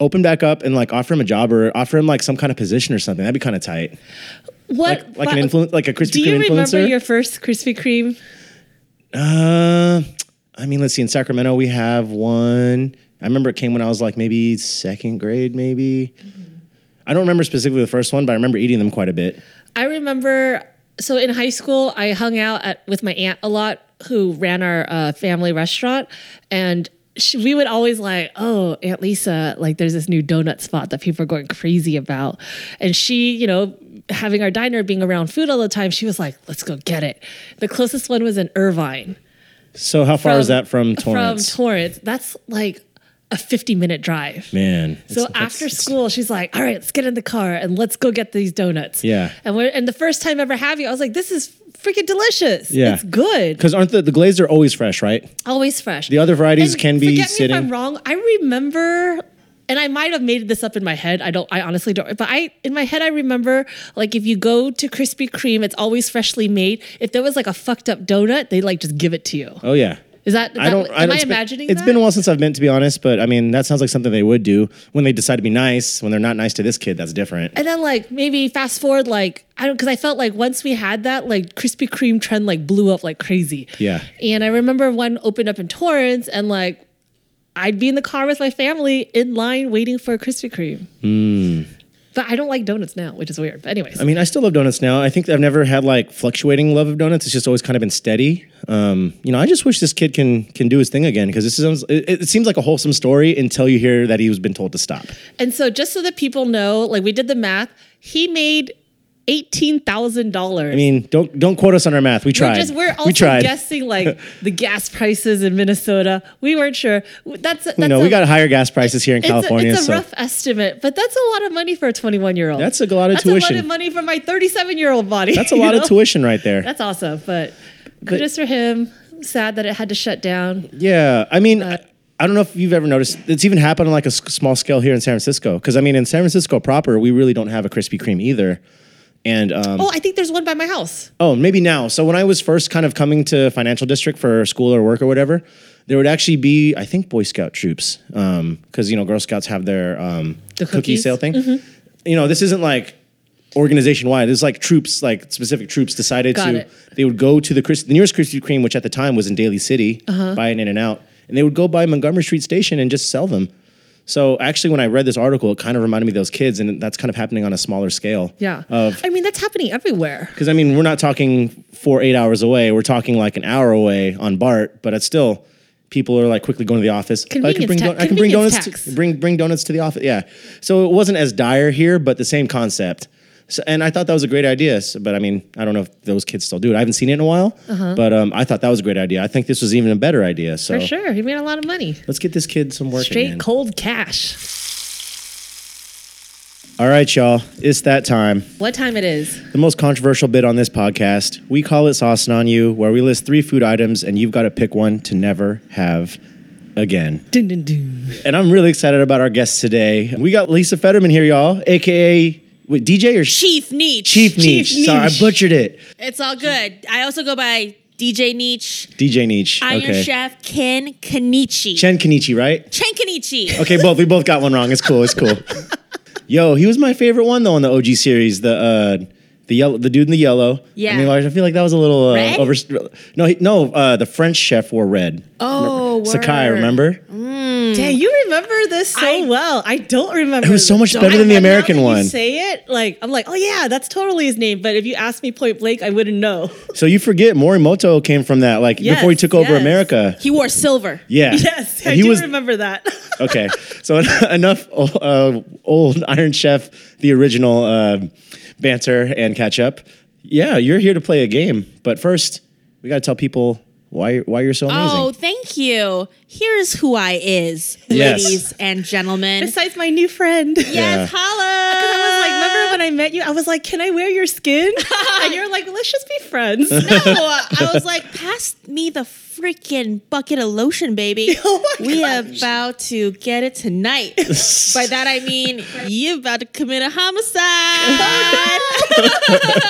Speaker 1: open back up and like offer him a job or offer him like some kind of position or something. That'd be kind of tight.
Speaker 4: What
Speaker 1: Like an
Speaker 4: what-
Speaker 1: influence, like a Krispy
Speaker 4: Do you
Speaker 1: Kreme
Speaker 4: remember
Speaker 1: influencer.
Speaker 4: your first Krispy Kreme?
Speaker 1: uh, I mean, let's see. In Sacramento, we have one. I remember it came when I was like maybe second grade, maybe. I don't remember specifically the first one, but I remember eating them quite a bit.
Speaker 4: I remember. So in high school, I hung out at, with my aunt a lot, who ran our uh, family restaurant, and she, we would always like, "Oh, Aunt Lisa, like there's this new donut spot that people are going crazy about," and she, you know, having our diner being around food all the time, she was like, "Let's go get it." The closest one was in Irvine.
Speaker 1: So how far is that from Torrance?
Speaker 4: From Torrance, that's like a 50 minute drive.
Speaker 1: Man.
Speaker 4: So
Speaker 1: it's-
Speaker 4: after
Speaker 1: it's-
Speaker 4: school, she's like, "All right, let's get in the car and let's go get these donuts."
Speaker 1: Yeah.
Speaker 4: And we're, and the first time ever having, it, I was like, "This is freaking delicious.
Speaker 1: Yeah.
Speaker 4: It's good.
Speaker 1: Because aren't the, the glazed are always fresh, right?
Speaker 4: Always fresh."
Speaker 1: The other varieties
Speaker 4: And
Speaker 1: can be
Speaker 4: forget
Speaker 1: sitting.
Speaker 4: Me if I'm wrong. I remember. And I might have made this up in my head. I don't. I honestly don't. But I, in my head, I remember like if you go to Krispy Kreme, it's always freshly made. If there was like a fucked up donut, they like just give it to you.
Speaker 1: Oh yeah.
Speaker 4: Is that?
Speaker 1: I don't.
Speaker 4: Am
Speaker 1: I don't,
Speaker 4: I
Speaker 1: it's been-
Speaker 4: imagining?
Speaker 1: It's
Speaker 4: that?
Speaker 1: been a while since I've been, to be honest. But I mean, that sounds like something they would do when they decide to be nice. When they're not nice to this kid, that's different.
Speaker 4: and then like maybe fast forward like I don't because I felt like once we had that like Krispy Kreme trend like blew up like crazy.
Speaker 1: Yeah.
Speaker 4: And I remember one opened up in Torrance and like I'd be in the car with my family in line waiting for a Krispy Kreme.
Speaker 1: Mm.
Speaker 4: But I don't like donuts now, which is weird. But anyways,
Speaker 1: I mean, I still love donuts now. I think I've never had like fluctuating love of donuts. It's just always kind of been steady. Um, you know, I just wish this kid can can do his thing again because this is it, it seems like a wholesome story until you hear that he was been told to stop.
Speaker 4: and so just so that people know, like we did the math, he made eighteen thousand dollars.
Speaker 1: I mean, don't don't quote us on our math. We tried.
Speaker 4: We're just we're also
Speaker 1: we tried.
Speaker 4: guessing like the gas prices in Minnesota. We weren't sure. That's that's
Speaker 1: you know, we
Speaker 4: a-
Speaker 1: got higher gas prices here in
Speaker 4: It's a-
Speaker 1: California.
Speaker 4: It's a,
Speaker 1: so
Speaker 4: rough estimate, but that's a lot of money for a 21 year old.
Speaker 1: That's a lot of
Speaker 4: that's a
Speaker 1: tuition.
Speaker 4: lot of money for my 37 year old body.
Speaker 1: that's a
Speaker 4: you
Speaker 1: lot
Speaker 4: know?
Speaker 1: of tuition right there.
Speaker 4: That's awesome, but, kudos for him. Sad that it had to shut down.
Speaker 1: Yeah, I mean, I don't know if you've ever noticed. It's even happened on like a s- small scale here in San Francisco. Because I mean, in San Francisco proper, we really don't have a Krispy Kreme either. And um,
Speaker 4: Oh, I think there's one by my house.
Speaker 1: Oh, maybe now. So when I was first kind of coming to financial district for school or work or whatever, there would actually be, I think, Boy Scout troops, because you know Girl Scouts have their um,
Speaker 4: The
Speaker 1: cookie
Speaker 4: cookies? Mm-hmm.
Speaker 1: sale thing. You know, this isn't like organization wide. This is like troops, like specific troops decided
Speaker 4: Got
Speaker 1: to.
Speaker 4: it.
Speaker 1: They would go to the, Chris, the nearest Krispy Kreme, which at the time was in Daly City,
Speaker 4: Uh-huh.
Speaker 1: buy an In and Out, and they would go by Montgomery Street Station and just sell them. So actually, when I read this article, it kind of reminded me of those kids, and that's kind of happening on a smaller scale.
Speaker 4: Yeah.
Speaker 1: Of
Speaker 4: I mean, that's happening everywhere.
Speaker 1: because I mean, we're not talking four, eight hours away. We're talking like an hour away on BART, but it's still people are like quickly going to the office. "Oh, I
Speaker 4: Convenience
Speaker 1: can bring,
Speaker 4: ta-
Speaker 1: don- I can bring
Speaker 4: convenience
Speaker 1: donuts.
Speaker 4: tax.
Speaker 1: To, bring bring donuts to the office. Yeah. So it wasn't as dire here, but the same concept. So, and I thought that was a great idea. s- but I mean, I don't know if those kids still do it. I haven't seen it in a while. But um, I thought that was a great idea. I think this was even a better idea. So
Speaker 4: Uh-huh. For sure. He made a lot of money.
Speaker 1: let's get this kid some work.
Speaker 4: Straight
Speaker 1: again.
Speaker 4: cold cash.
Speaker 1: All right, y'all. It's that time.
Speaker 4: What time it is?
Speaker 1: The most controversial bit on this podcast, we call it Saucing on You, where we list three food items and you've got to pick one to never have again.
Speaker 4: Dun, dun, dun.
Speaker 1: And I'm really excited about our guests today. We got Lisa Fetterman here, y'all, aka wait, DJ or
Speaker 5: Chief Nietzsche.
Speaker 1: Chief Nietzsche. Sorry, I butchered it.
Speaker 5: It's all good. I also go by DJ Nietzsche,
Speaker 1: DJ Nietzsche.
Speaker 5: Iron
Speaker 1: okay.
Speaker 5: Chef Ken Kenichi.
Speaker 1: Chen Kenichi, right?
Speaker 5: Chen Kenichi.
Speaker 1: Okay, both we both got one wrong. It's cool. It's cool. Yo, he was my favorite one though on the OG series. The uh, the yellow, the dude in the yellow.
Speaker 5: Yeah.
Speaker 1: I mean, I feel like that was a little uh,
Speaker 5: Red?
Speaker 1: over. No, he, no. Uh, the French chef wore red.
Speaker 5: Oh,
Speaker 1: Sakai, remember?
Speaker 6: Mm. Dang, you remember this so
Speaker 5: I-
Speaker 6: well. I don't remember.
Speaker 1: It was so
Speaker 6: this.
Speaker 1: much
Speaker 6: So
Speaker 1: better
Speaker 6: I-
Speaker 1: than the
Speaker 6: but now
Speaker 1: American
Speaker 6: that you
Speaker 1: one.
Speaker 6: say it like I'm like, oh yeah, that's totally his name. But if you asked me point blank, I wouldn't know.
Speaker 1: So you forget Morimoto came from that, like
Speaker 6: Yes,
Speaker 1: before he took over
Speaker 6: yes.
Speaker 1: America.
Speaker 5: He wore silver.
Speaker 1: Yeah.
Speaker 6: Yes,
Speaker 1: And
Speaker 6: I
Speaker 1: he
Speaker 6: do
Speaker 1: was
Speaker 6: remember that.
Speaker 1: okay. So en- enough uh, old Iron Chef, the original uh, banter and catch up. Yeah, you're here to play a game, but first we got to tell people why why you're so amazing.
Speaker 5: Oh, thank you. Here's who I is,
Speaker 1: Yes.
Speaker 5: ladies and gentlemen.
Speaker 6: Besides my new friend.
Speaker 5: yes,
Speaker 6: I
Speaker 1: Yeah.
Speaker 6: was like,
Speaker 5: holla.
Speaker 6: remember when I met you? I was like, can I wear your skin? and you're like, let's just be friends.
Speaker 5: No, I was like, pass me the freaking bucket of lotion, baby.
Speaker 6: Oh my
Speaker 5: we about to get it tonight. By that I mean you about to commit a homicide.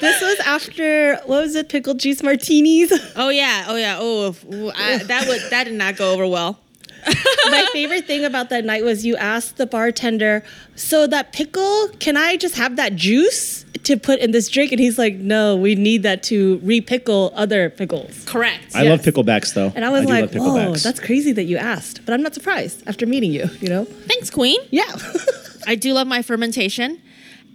Speaker 6: this was after what was it? Pickled juice martinis.
Speaker 5: oh yeah, oh yeah, oh if- ooh, I, that would that did not go over well.
Speaker 6: my favorite thing about that night was you asked the bartender, "So that pickle, can I just have that juice to put in this drink?" And he's like, "No, we need that to repickle other pickles."
Speaker 5: Correct.
Speaker 1: I love picklebacks though.
Speaker 6: And I was
Speaker 1: do
Speaker 6: like,
Speaker 1: love
Speaker 5: oh,
Speaker 6: "Whoa,
Speaker 1: picklebacks."
Speaker 6: that's crazy that you asked." But I'm not surprised after meeting you. You know?
Speaker 5: Thanks, Queen.
Speaker 6: Yeah.
Speaker 5: I do love my fermentation.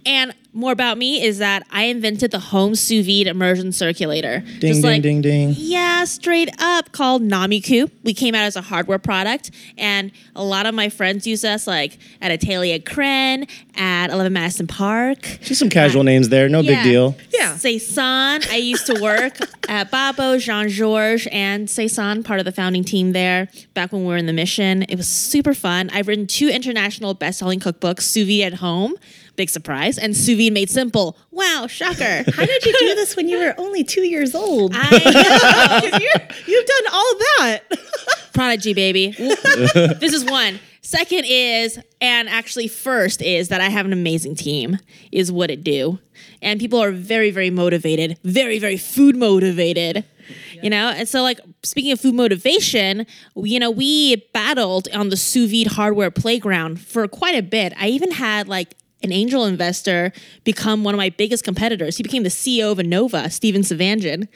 Speaker 5: And more about me is that I invented the home sous vide immersion circulator.
Speaker 1: ding ding
Speaker 5: like,
Speaker 1: ding ding.
Speaker 5: Yeah, straight up called Namiku. We came out as a hardware product, and a lot of my friends use us like at Atelier Kren, at 11 Madison Park.
Speaker 1: Just some casual names there, no big
Speaker 5: Yeah.
Speaker 1: deal.
Speaker 6: Yeah.
Speaker 5: Saison. I used to work at Babo, Jean Georges, and Saison, part of the founding team there back when we were in the mission. It was super fun. I've written two international best selling cookbooks Sous Vide at Home, big surprise, and Sous Vide Made Simple. Wow, shocker.
Speaker 6: How did you do this when you were only two years old?
Speaker 5: I know.
Speaker 6: 'Cause you're- You've done all that.
Speaker 5: Prodigy, baby. this is one. Second is, and actually first is that I have an amazing team, is what it do. And people are very, very motivated, very, very food motivated. You know, and so like speaking of food motivation, we- you know, we battled on the sous vide hardware playground for quite a bit. I even had like an angel investor become one of my biggest competitors. He became the CEO of Innova, Steven Savanjan.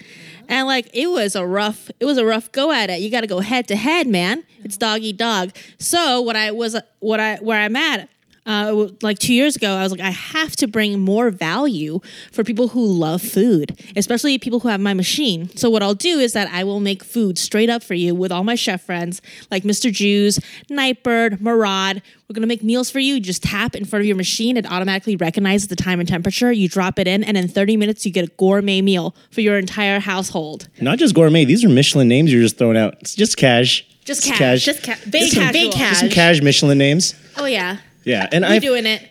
Speaker 5: And like it was a rough, it was a rough go at it. You gotta go head to head, man. It's dog eat dog. So what I was what I where I'm at, uh, w- like two years ago, I was like, I have to bring more value for people who love food, especially people who have my machine. So what I'll do is that I will make food straight up for you with all my chef friends, like Mr. Jews, Nightbird, Marad. We're gonna make meals for you. Just tap in front of your machine; it automatically recognizes the time and temperature. You drop it in, and in 30 minutes, you get a gourmet meal for your entire household.
Speaker 1: Not just gourmet. These are Michelin names you're just throwing out. It's just cash.
Speaker 5: Just
Speaker 1: It's
Speaker 5: cash.
Speaker 6: Just ca-
Speaker 5: Just
Speaker 6: bacon,
Speaker 5: some-
Speaker 6: bacon.
Speaker 5: just
Speaker 1: Some cash Michelin names.
Speaker 5: Oh yeah,
Speaker 1: Yeah, and
Speaker 5: you
Speaker 1: I
Speaker 5: doing it?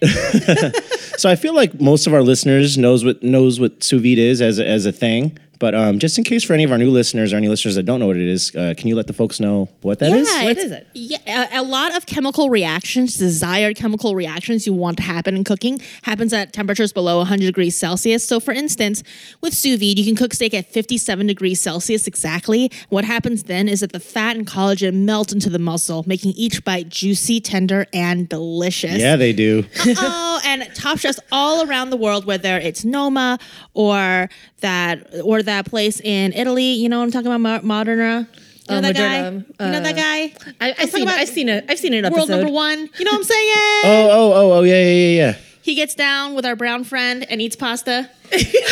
Speaker 1: So I feel like most of our listeners knows what knows what sous vide is as a, as a thing, But um, just in case for any of our new listeners or any listeners that don't know what it is, uh, can you let the folks know what that is?
Speaker 5: Yeah,
Speaker 6: What
Speaker 5: it's-
Speaker 6: is it?
Speaker 5: Yeah, a, a lot of chemical reactions, desired chemical reactions you want to happen in cooking, happens at temperatures below 100 degrees Celsius. So, for instance, with sous vide, you can cook steak at 57 degrees Celsius exactly. What happens then is that the fat and collagen melt into the muscle, making each bite juicy, tender, and delicious.
Speaker 1: Yeah, they do.
Speaker 5: oh, and top chefs all around the world, whether it's Noma or that or that place in Italy. You know what I'm talking about, Mo- Moderna. You know
Speaker 4: Uh, Moderna,
Speaker 5: that guy. you know that
Speaker 6: uh,
Speaker 5: guy.
Speaker 4: I,
Speaker 5: I'm
Speaker 4: I've
Speaker 5: talking
Speaker 4: seen.
Speaker 5: about
Speaker 4: I've seen it. I've seen an episode.
Speaker 5: World number one. You know what I'm saying?
Speaker 1: oh, oh, oh, oh, yeah, yeah, yeah, yeah.
Speaker 5: He gets down with our brown friend and eats pasta.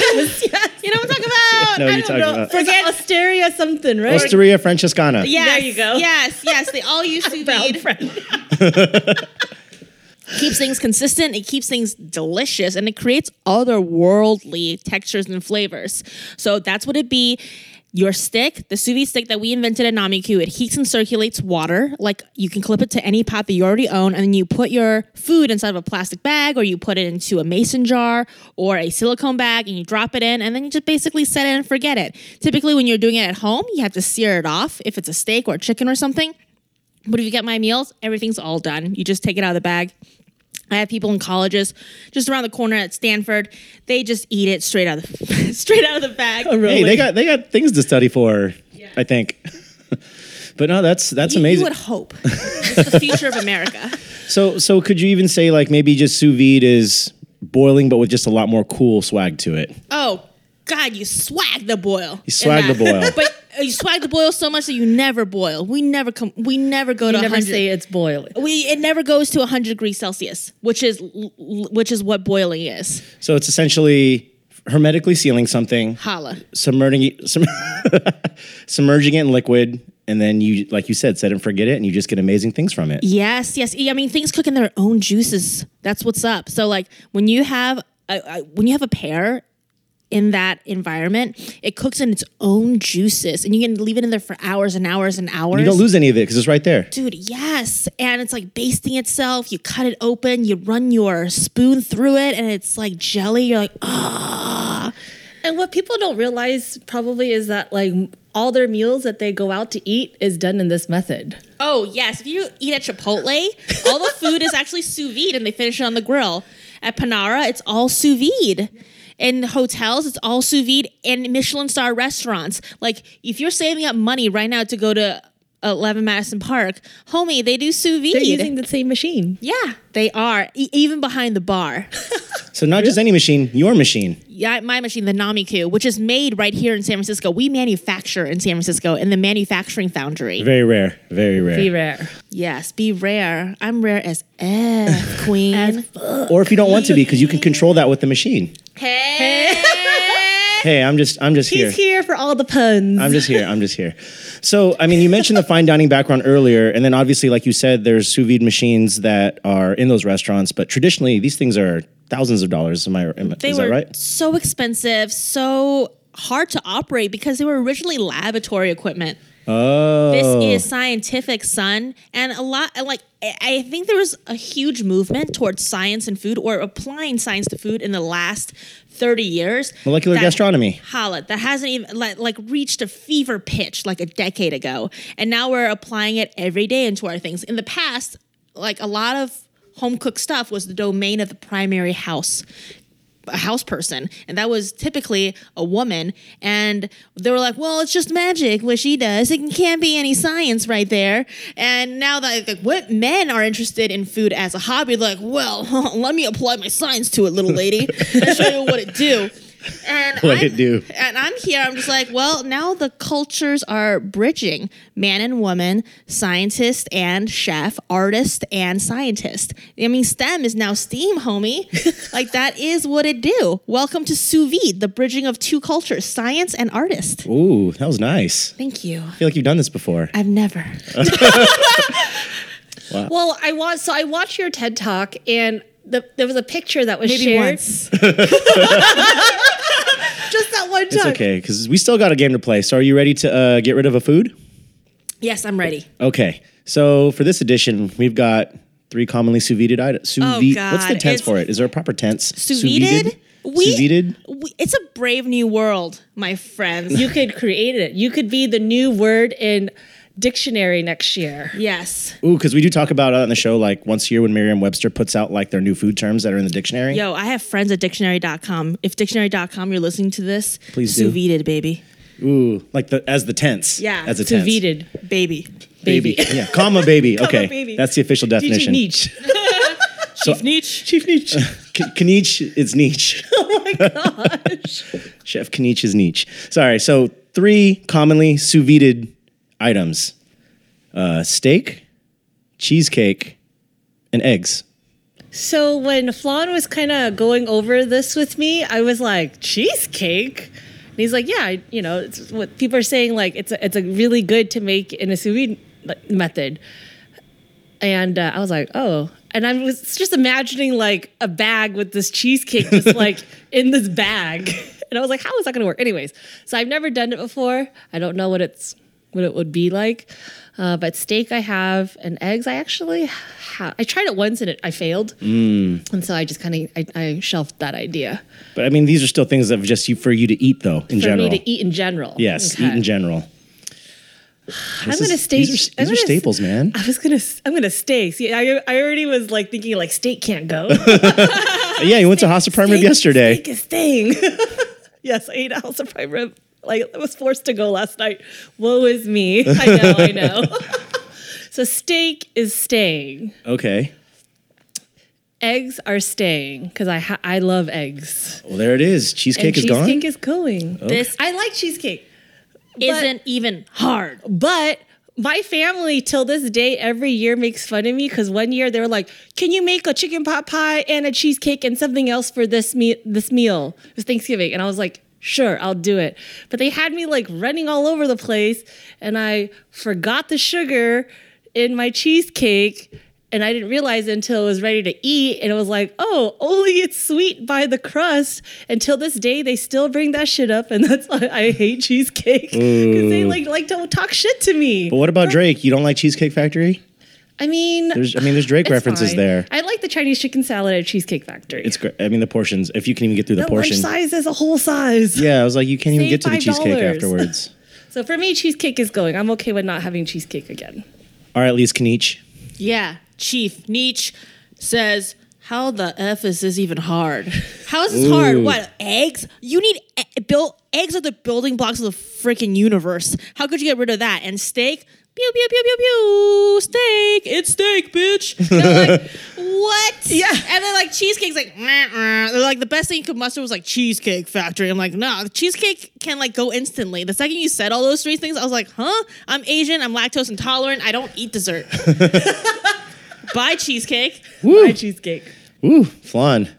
Speaker 5: You know what I'm talking about?
Speaker 1: No,
Speaker 5: I
Speaker 1: you're
Speaker 5: don't
Speaker 1: talking
Speaker 5: know.
Speaker 1: about
Speaker 6: Forget Osteria something, right?
Speaker 1: Osteria Francescana.
Speaker 5: Yes,
Speaker 6: There you go.
Speaker 5: Yes, yes. They all use sous vide. keeps things consistent. It keeps things delicious, and it creates otherworldly textures and flavors. So that's what it be. Your stick, the sous vide stick that we invented at Namiku, it heats and circulates water. Like you can clip it to any pot that you already own, and then you put your food inside of a plastic bag, or you put it into a mason jar or a silicone bag, and you drop it in, and then you just basically set it and forget it. Typically, when you're doing it at home, you have to sear it off if it's a steak or chicken or something. But if you get my meals, everything's all done. You just take it out of the bag. I have people in colleges just around the corner at Stanford. They just eat it straight out of the, straight out of the bag.
Speaker 1: Hey, Oh, they got they got things to study for, I think. but no, that's that's
Speaker 5: You- You
Speaker 1: amazing.
Speaker 5: would hope. It's the future of America.
Speaker 1: so so could you even say like maybe just sous vide is boiling but with just a lot more cool swag to it?
Speaker 5: Oh God, you swag the boil. You
Speaker 1: swag the boil.
Speaker 5: but uh, you swag the boil so much that you never boil. We never come. We never go to
Speaker 4: You never
Speaker 5: 100.
Speaker 4: say it's boiling.
Speaker 5: we it never goes to 100 degrees Celsius, which is l- l- which is what boiling is.
Speaker 1: So it's essentially hermetically sealing something,
Speaker 5: Holla.
Speaker 1: submerging it, sum- submerging it in liquid, and then you like you said, set and forget it, and you just get amazing things from it.
Speaker 5: Yes, yes. E, I mean, things cook in their own juices. That's what's up. So, like, when you have a, a- when you have a pear in that environment, it cooks in its own juices, and you can leave it in there for hours and hours and hours.
Speaker 1: You don't lose any of it because it's right there.
Speaker 5: Dude, yes. And it's like basting itself. You cut it open, you run your spoon through it, and it's like jelly. You're like, ah.
Speaker 6: And what people don't realize probably is that like all their meals that they go out to eat is done in this method.
Speaker 5: Oh, yes. If you eat at Chipotle, all the food is actually sous vide and they finish it on the grill. At Panera, it's all sous vide. In hotels, it's all sous vide and Michelin star restaurants. Like, if you're saving up money right now to go to 11 Madison Park, homie, they do sous vide.
Speaker 6: They're using the same machine.
Speaker 5: yeah, they are. E- even behind the bar.
Speaker 1: So not just any machine, your machine.
Speaker 5: yeah, my machine, the Namiku, which is made right here in San Francisco. We manufacture in San Francisco in the manufacturing foundry.
Speaker 1: Very rare, very rare.
Speaker 4: Be rare.
Speaker 5: Yes, be rare. I'm rare as F, queen.
Speaker 1: Or if you don't want to be, because you can control that with the machine. Hey, hey, I'm just, I'm just here.
Speaker 6: He's here for all the puns.
Speaker 1: I'm just here. I'm just here. So, I mean, you mentioned the fine dining background earlier, and then obviously, like you said, there's sous vide machines that are in those restaurants. But traditionally, these things are thousands of dollars. Am I? Am,
Speaker 5: they
Speaker 1: is
Speaker 5: were
Speaker 1: that right?
Speaker 5: so expensive, so hard to operate because they were originally laboratory equipment.
Speaker 1: Oh,
Speaker 5: This is scientific, son, and a lot and like I- I think there was a huge movement towards science and food or applying science to food in the last thirty years.
Speaker 1: Molecular gastronomy.
Speaker 5: holla, that hasn't even like, like reached a fever pitch like a decade ago, and now we're applying it every day into our things. In the past, like a lot of home cooked stuff was the domain of the primary house a house person, and that was typically a woman. And they were like, "Well, it's just magic, what she does. It can't be any science right there." And now that like, what men are interested in food as a hobby, they're like, "Well, let me apply my science to it, little lady, and show you what it do." And
Speaker 1: What
Speaker 5: I'm-
Speaker 1: it do.
Speaker 5: And I'm here. I'm just like, well, now the cultures are bridging man and woman, scientist and chef, artist and scientist. I mean, STEM is now STEAM, homie. like that is what it do. Welcome to sous vide, the bridging of two cultures, science and artist.
Speaker 1: Ooh, that was nice. I
Speaker 5: Thank you.
Speaker 1: feel like you've done this before.
Speaker 5: I've never.
Speaker 6: Well, I watched so I watched your TED talk and the, there was a picture that was
Speaker 5: Maybe
Speaker 6: shared.
Speaker 5: once.
Speaker 6: Just that one
Speaker 1: It's
Speaker 6: time.
Speaker 1: okay because we still got a game to play. So, are you ready to uh, get rid of a food?
Speaker 5: Yes, I'm ready.
Speaker 1: Okay. So for this edition, we've got three commonly sous vide items. Sous
Speaker 5: Oh,
Speaker 1: vide. What's the
Speaker 5: God.
Speaker 1: tense
Speaker 5: It's-
Speaker 1: for it? Is there a proper tense?
Speaker 5: Sous vide? We,
Speaker 1: Sous-vided?
Speaker 5: we it's a brave new world, my friends.
Speaker 4: You could create it. You could be the new word in dictionary next year.
Speaker 5: yes.
Speaker 1: Ooh, because we do talk about it on the show like once a year when Merriam-Webster puts out like their new food terms that are in the dictionary.
Speaker 5: Yo, I have friends at dictionary.com. If dictionary.com you're listening to this,
Speaker 1: Please do.
Speaker 5: sous vide, baby.
Speaker 1: Ooh, like the as the tense.
Speaker 5: Yeah,
Speaker 1: as a
Speaker 4: Sous
Speaker 1: tense.
Speaker 4: vide,
Speaker 5: Baby.
Speaker 1: baby. yeah, comma baby. okay,
Speaker 4: baby.
Speaker 1: that's the official
Speaker 4: DJ
Speaker 1: definition.
Speaker 4: Nietzsche.
Speaker 1: Chief Nietzsche. Chief Nietzsche. Knich is Nietzsche. Oh my gosh. Chef Knich is Nietzsche. Sorry. So three commonly sous vide items: uh, steak, cheesecake, and eggs.
Speaker 4: So when Flan was kind of going over this with me, I was like, cheesecake? And he's like, yeah, I- you know, it's what people are saying, like, it's a, it's a really good to make in a sous vide like, method. And uh, I was like, oh. And I was just imagining like a bag with this cheesecake just like in this bag. And I was like, how is that going to work? Anyways, so I've never done it before. I don't know what it's what it would be like. Uh, but steak I have and eggs I actually have. I tried it once and it, I failed. And so I just kind of I, I shelved that idea
Speaker 1: But I mean, these are still things that are just you for you to eat though. In
Speaker 4: for
Speaker 1: general,
Speaker 4: me to eat in general.
Speaker 1: yes,
Speaker 4: Okay.
Speaker 1: eat in general.
Speaker 4: I'm
Speaker 1: This
Speaker 4: gonna
Speaker 1: is-
Speaker 4: stay.
Speaker 1: These are,
Speaker 4: I'm
Speaker 1: these are
Speaker 4: gonna-
Speaker 1: staples, man.
Speaker 4: I was gonna. I'm gonna stay. See, I, I already was like thinking like steak can't go.
Speaker 1: yeah, you went to Hasa Prime Rib yesterday.
Speaker 4: Ah, Steak is staying. yes, I ate a house of prime rib. Like I was forced to go last night. Woe is me. I know. I know. so steak is staying.
Speaker 1: Okay.
Speaker 4: Eggs are staying because I ha- I love eggs.
Speaker 1: Well, there it is.
Speaker 4: And
Speaker 1: Cheesecake is gone. Oh.
Speaker 4: cheesecake is going.
Speaker 5: This
Speaker 4: I like cheesecake.
Speaker 5: isn't even hard.
Speaker 4: But my family till this day every year makes fun of me because one year they were like, "Can you make a chicken pot pie and a cheesecake and something else for this me- this meal?" It was Thanksgiving, and I was like, "Sure, I'll do it." But they had me like running all over the place, and I forgot the sugar in my cheesecake. And I didn't realize it until it was ready to eat. And it was like, oh, only it's sweet by the crust. Until this day, they still bring that shit up. And that's why I hate cheesecake. Because they like, like don't talk shit to me.
Speaker 1: but what about Drake? You don't like Cheesecake Factory?
Speaker 4: I mean,
Speaker 1: There's, I mean, there's Drake
Speaker 4: it's
Speaker 1: references
Speaker 4: fine.
Speaker 1: there.
Speaker 4: I like the Chinese chicken salad at Cheesecake Factory.
Speaker 1: It's great. I mean, the portions. If you can even get through the,
Speaker 4: the
Speaker 1: portion.
Speaker 4: lunch size is a whole size.
Speaker 1: Yeah, I was like, you can't even
Speaker 4: Save
Speaker 1: get to the cheesecake
Speaker 4: $5.
Speaker 1: afterwards.
Speaker 4: So for me, cheesecake is going. I'm okay with not having cheesecake again.
Speaker 1: All right, Lise Knich.
Speaker 5: Yeah. Chief Nietzsche says, How the F is this even hard? How is this hard?
Speaker 1: Ooh.
Speaker 5: What? Eggs? You need e- build eggs are the building blocks of the freaking universe. How could you get rid of that? And steak? Pew pew pew pew pew steak. It's steak, bitch. They're like, what? Yeah. And then like cheesecake's like, "Meh, meh." they're like the best thing you could muster was like cheesecake factory. I'm like, no, the cheesecake can like go instantly. The second you said all those three things, I was like, huh? I'm Asian. I'm lactose intolerant. I don't eat dessert. Buy cheesecake.
Speaker 4: Woo. cheesecake.
Speaker 1: Ooh, flan.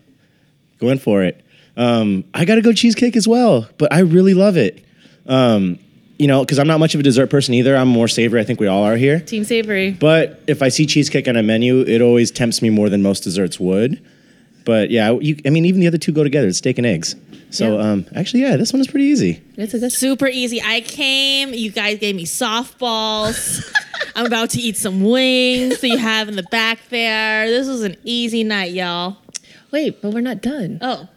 Speaker 1: Going for it. Um, I got to go cheesecake as well, but I really love it. Um, you know, because I'm not much of a dessert person either. I'm more savory. I think we all are here.
Speaker 4: Team Savory.
Speaker 1: But if I see cheesecake on a menu, it always tempts me more than most desserts would. But yeah, you, I mean, even the other two go together. It's steak and eggs. So
Speaker 4: Yeah.
Speaker 1: um, actually, yeah, this one is pretty easy.
Speaker 4: It's a good
Speaker 5: Super easy. I came. You guys gave me softballs. I'm about to eat some wings that you have in the back there. This was an easy night, y'all.
Speaker 4: Wait, but we're not done.
Speaker 5: Oh,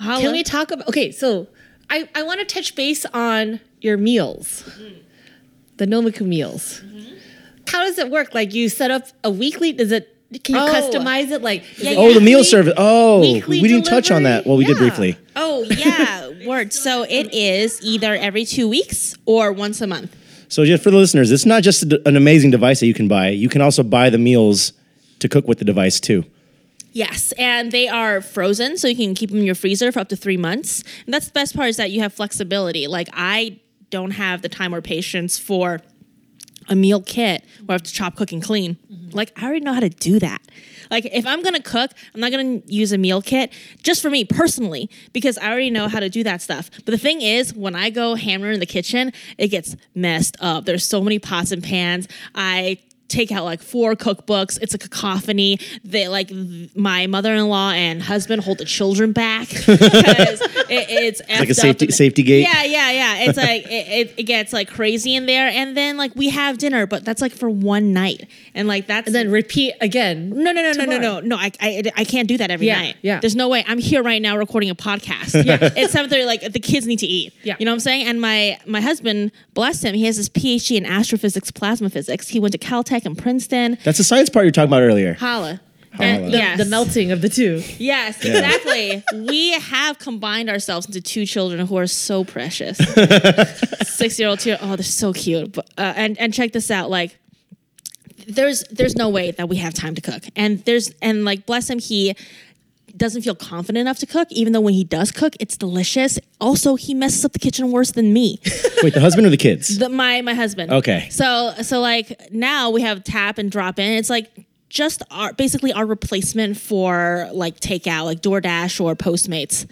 Speaker 5: holla.
Speaker 4: Can we talk about okay, so I, I want to touch base on your meals. The Nomiku meals. How does it work? Like you set up a weekly is it can you
Speaker 5: Oh.
Speaker 4: customize it like is it
Speaker 1: Oh, the meal
Speaker 4: weekly?
Speaker 1: service. Oh, we
Speaker 4: weekly
Speaker 1: didn't touch on
Speaker 4: delivery?
Speaker 1: that. Well, we did
Speaker 4: Yeah.
Speaker 1: briefly.
Speaker 5: Oh yeah, word. So it is either every two weeks or once a month.
Speaker 1: So just for the listeners, it's not just a d- an amazing device that you can buy. You can also buy the meals to cook with the device too.
Speaker 5: Yes, and they are frozen, so you can keep them in your freezer for up to three months. And that's the best part is that you have flexibility. Like I don't have the time or patience for a meal kit where I have to chop, cook, and clean. Like I already know how to do that. Like if I'm gonna cook, I'm not gonna use a meal kit just for me personally because I already know how to do that stuff. But the thing is, when I go hammer in the kitchen, it gets messed up. There's so many pots and pans. I take out like four cookbooks. It's a cacophony. They like th- my mother-in-law and husband hold the children back because it, it's
Speaker 1: like a
Speaker 5: effed up
Speaker 1: safety
Speaker 5: and-
Speaker 1: safety gate.
Speaker 5: Yeah, yeah, yeah. It's like it, it, it gets like crazy in there, and then like we have dinner, but that's like for one night, and like that's
Speaker 4: and then repeat again.
Speaker 5: no, no, no, no, no, no,
Speaker 4: tomorrow.
Speaker 5: no. I, I, I can't do that every
Speaker 4: Yeah,
Speaker 5: night.
Speaker 4: yeah.
Speaker 5: There's no way. I'm here right now recording a podcast. Yeah. it's seven thirty. Like the kids need to eat.
Speaker 4: Yeah.
Speaker 5: You know what I'm saying? And my my husband, bless him, he has his PhD in astrophysics, plasma physics. He went to Caltech and Princeton.
Speaker 1: That's the science part you were talking about earlier.
Speaker 5: Holla.
Speaker 1: Holla.
Speaker 5: And,
Speaker 1: The-
Speaker 5: yes.
Speaker 4: The melting of the two.
Speaker 5: Yes, exactly. we have combined ourselves into two children who are so precious. Six year old, two. Oh, they're so cute. But, uh, and and check this out. Like, there's there's no way that we have time to cook. And there's and like bless him, he doesn't feel confident enough to cook. Even though when he does cook, it's delicious. Also, he messes up the kitchen worse than me.
Speaker 1: Wait, the husband or the kids?
Speaker 5: The, my my husband.
Speaker 1: Okay.
Speaker 5: So so like now we have tap and drop in. It's like just our basically our replacement for like takeout, like DoorDash or Postmates.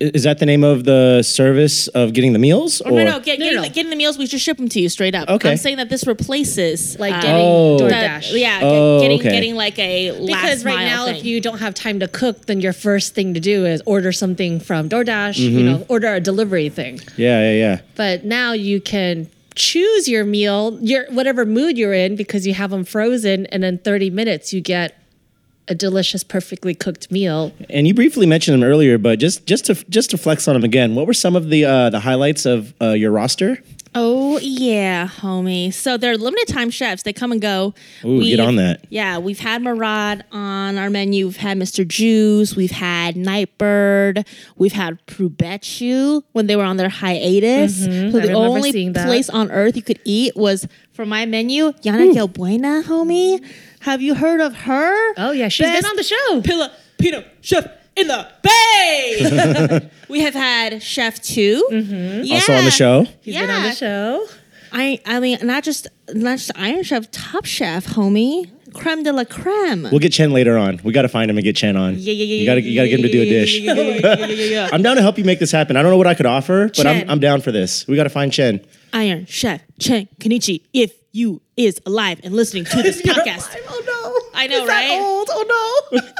Speaker 1: Is that the name of the service of getting the meals? Or
Speaker 5: Oh, no, no, get,
Speaker 4: No,
Speaker 5: getting,
Speaker 4: no.
Speaker 5: The, getting the meals, we just ship them to you straight up.
Speaker 1: Okay.
Speaker 5: I'm saying that this replaces
Speaker 4: Like
Speaker 5: uh,
Speaker 4: getting
Speaker 1: Oh.
Speaker 5: the-
Speaker 4: DoorDash.
Speaker 5: yeah,
Speaker 1: Oh,
Speaker 5: get- getting
Speaker 1: okay.
Speaker 5: getting like a last
Speaker 4: Because right
Speaker 5: mile
Speaker 4: now,
Speaker 5: thing.
Speaker 4: if you don't have time to cook, then your first thing to do is order something from DoorDash, you know, order a delivery thing.
Speaker 1: yeah, yeah, yeah.
Speaker 4: But now you can choose your meal, your whatever mood you're in, because you have them frozen, and in 30 minutes you get a delicious, perfectly cooked meal.
Speaker 1: And you briefly mentioned them earlier, but just just to just to flex on them again, what were some of the uh, the highlights of uh, your roster?
Speaker 5: Oh yeah, homie. So they're limited time chefs. They come and go.
Speaker 1: Ooh, get
Speaker 5: We've-
Speaker 1: on that.
Speaker 5: Yeah, we've had Marad on our menu. We've had Mr. Juice. We've had Nightbird. We've had Prubechu when they were on their hiatus. So the
Speaker 4: Mm-hmm, remember
Speaker 5: only
Speaker 4: seeing that.
Speaker 5: place on earth you could eat was from my menu. Yana Del Buena, homie. Have you heard of her?
Speaker 4: Oh, yeah, she's been on the show.
Speaker 5: Pilla Pino Chef in the Bay. we have had Chef 2 Yeah.
Speaker 1: Also on the show.
Speaker 4: She's Mm-hmm. been on the show.
Speaker 5: I I mean not just not just Iron Chef, Top Chef, homie, creme de la creme.
Speaker 1: We'll get Chen later on. We got to find him and get Chen on.
Speaker 5: yeah, yeah,
Speaker 1: You gotta you gotta get him to do a dish. I'm down to help you make this happen. I don't know what I could offer, but I'm
Speaker 5: Chen.
Speaker 1: I'm down for this. We gotta find Chen.
Speaker 5: Iron Chef Chen Kenichi, if you is alive and listening to this podcast.
Speaker 1: Oh no!
Speaker 5: I know, right?
Speaker 1: Oh no!